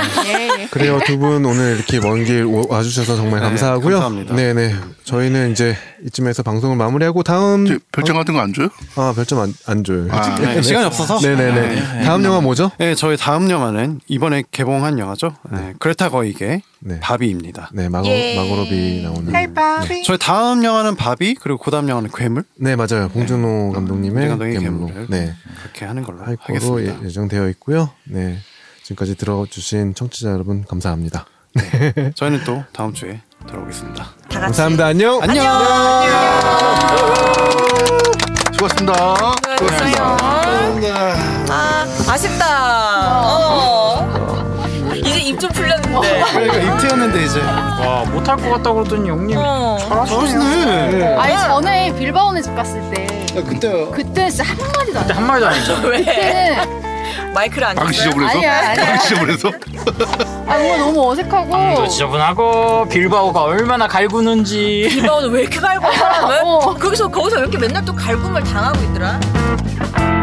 예, 예.
그래요 두 분 오늘 이렇게 먼 길 와주셔서 정말
네,
감사하고요.
감사합니다.
네네 저희는 이제 이쯤에서 방송을 마무리하고
저
다음
별장 같은 거 안 줘요?
아 별점 안, 안 줘요.
아,
네, 시간이 없어서. 아,
네네네 다음 영화 뭐죠?
네, 저희 다음 영화는 이번에 개봉한 영화죠. 네, 그레타 거익의
네,
바비입니다.
네 마고
예.
마고로비 나오는
할바비.
저희 다음 영화는 바비 그리고 그다음 영화는 괴물
네 맞아요 봉준호 감독님의
감독의
괴물로
괴물을.
네
그렇게 하는 걸로
하이코로
하겠습니다.
예- 예정되어 있고요. 네 지금까지 들어주신 청취자 여러분 감사합니다.
저희는 또 다음 주에 돌아오겠습니다.
예.
다 같이.
감사합니다 안녕.
수고하셨습니다.
수고했어요. 아 아쉽다. 어. 이제 입 좀 풀렸는데.
그러니까 입퇴였는데 이제
와 못할 것 같다 그러더니 영님
어.
저는
아니 전에 빌바오네 집 갔을 때
그때
그때 진짜 한 마디도 안.
한 마디도 안 했죠.
왜
그때는
마이크를 안 줬어요?
방시적으로 해서?
아니야, 아니야.
방시적으로 해서?
아 뭔가 너무 어색하고.
음, 또 지저분하고 빌바오가 얼마나 갈구는지
이바오는 왜 이렇게 갈고 사람을?
어.
거기서 거기서 왜 이렇게 맨날 또 갈굼을 당하고 있더라?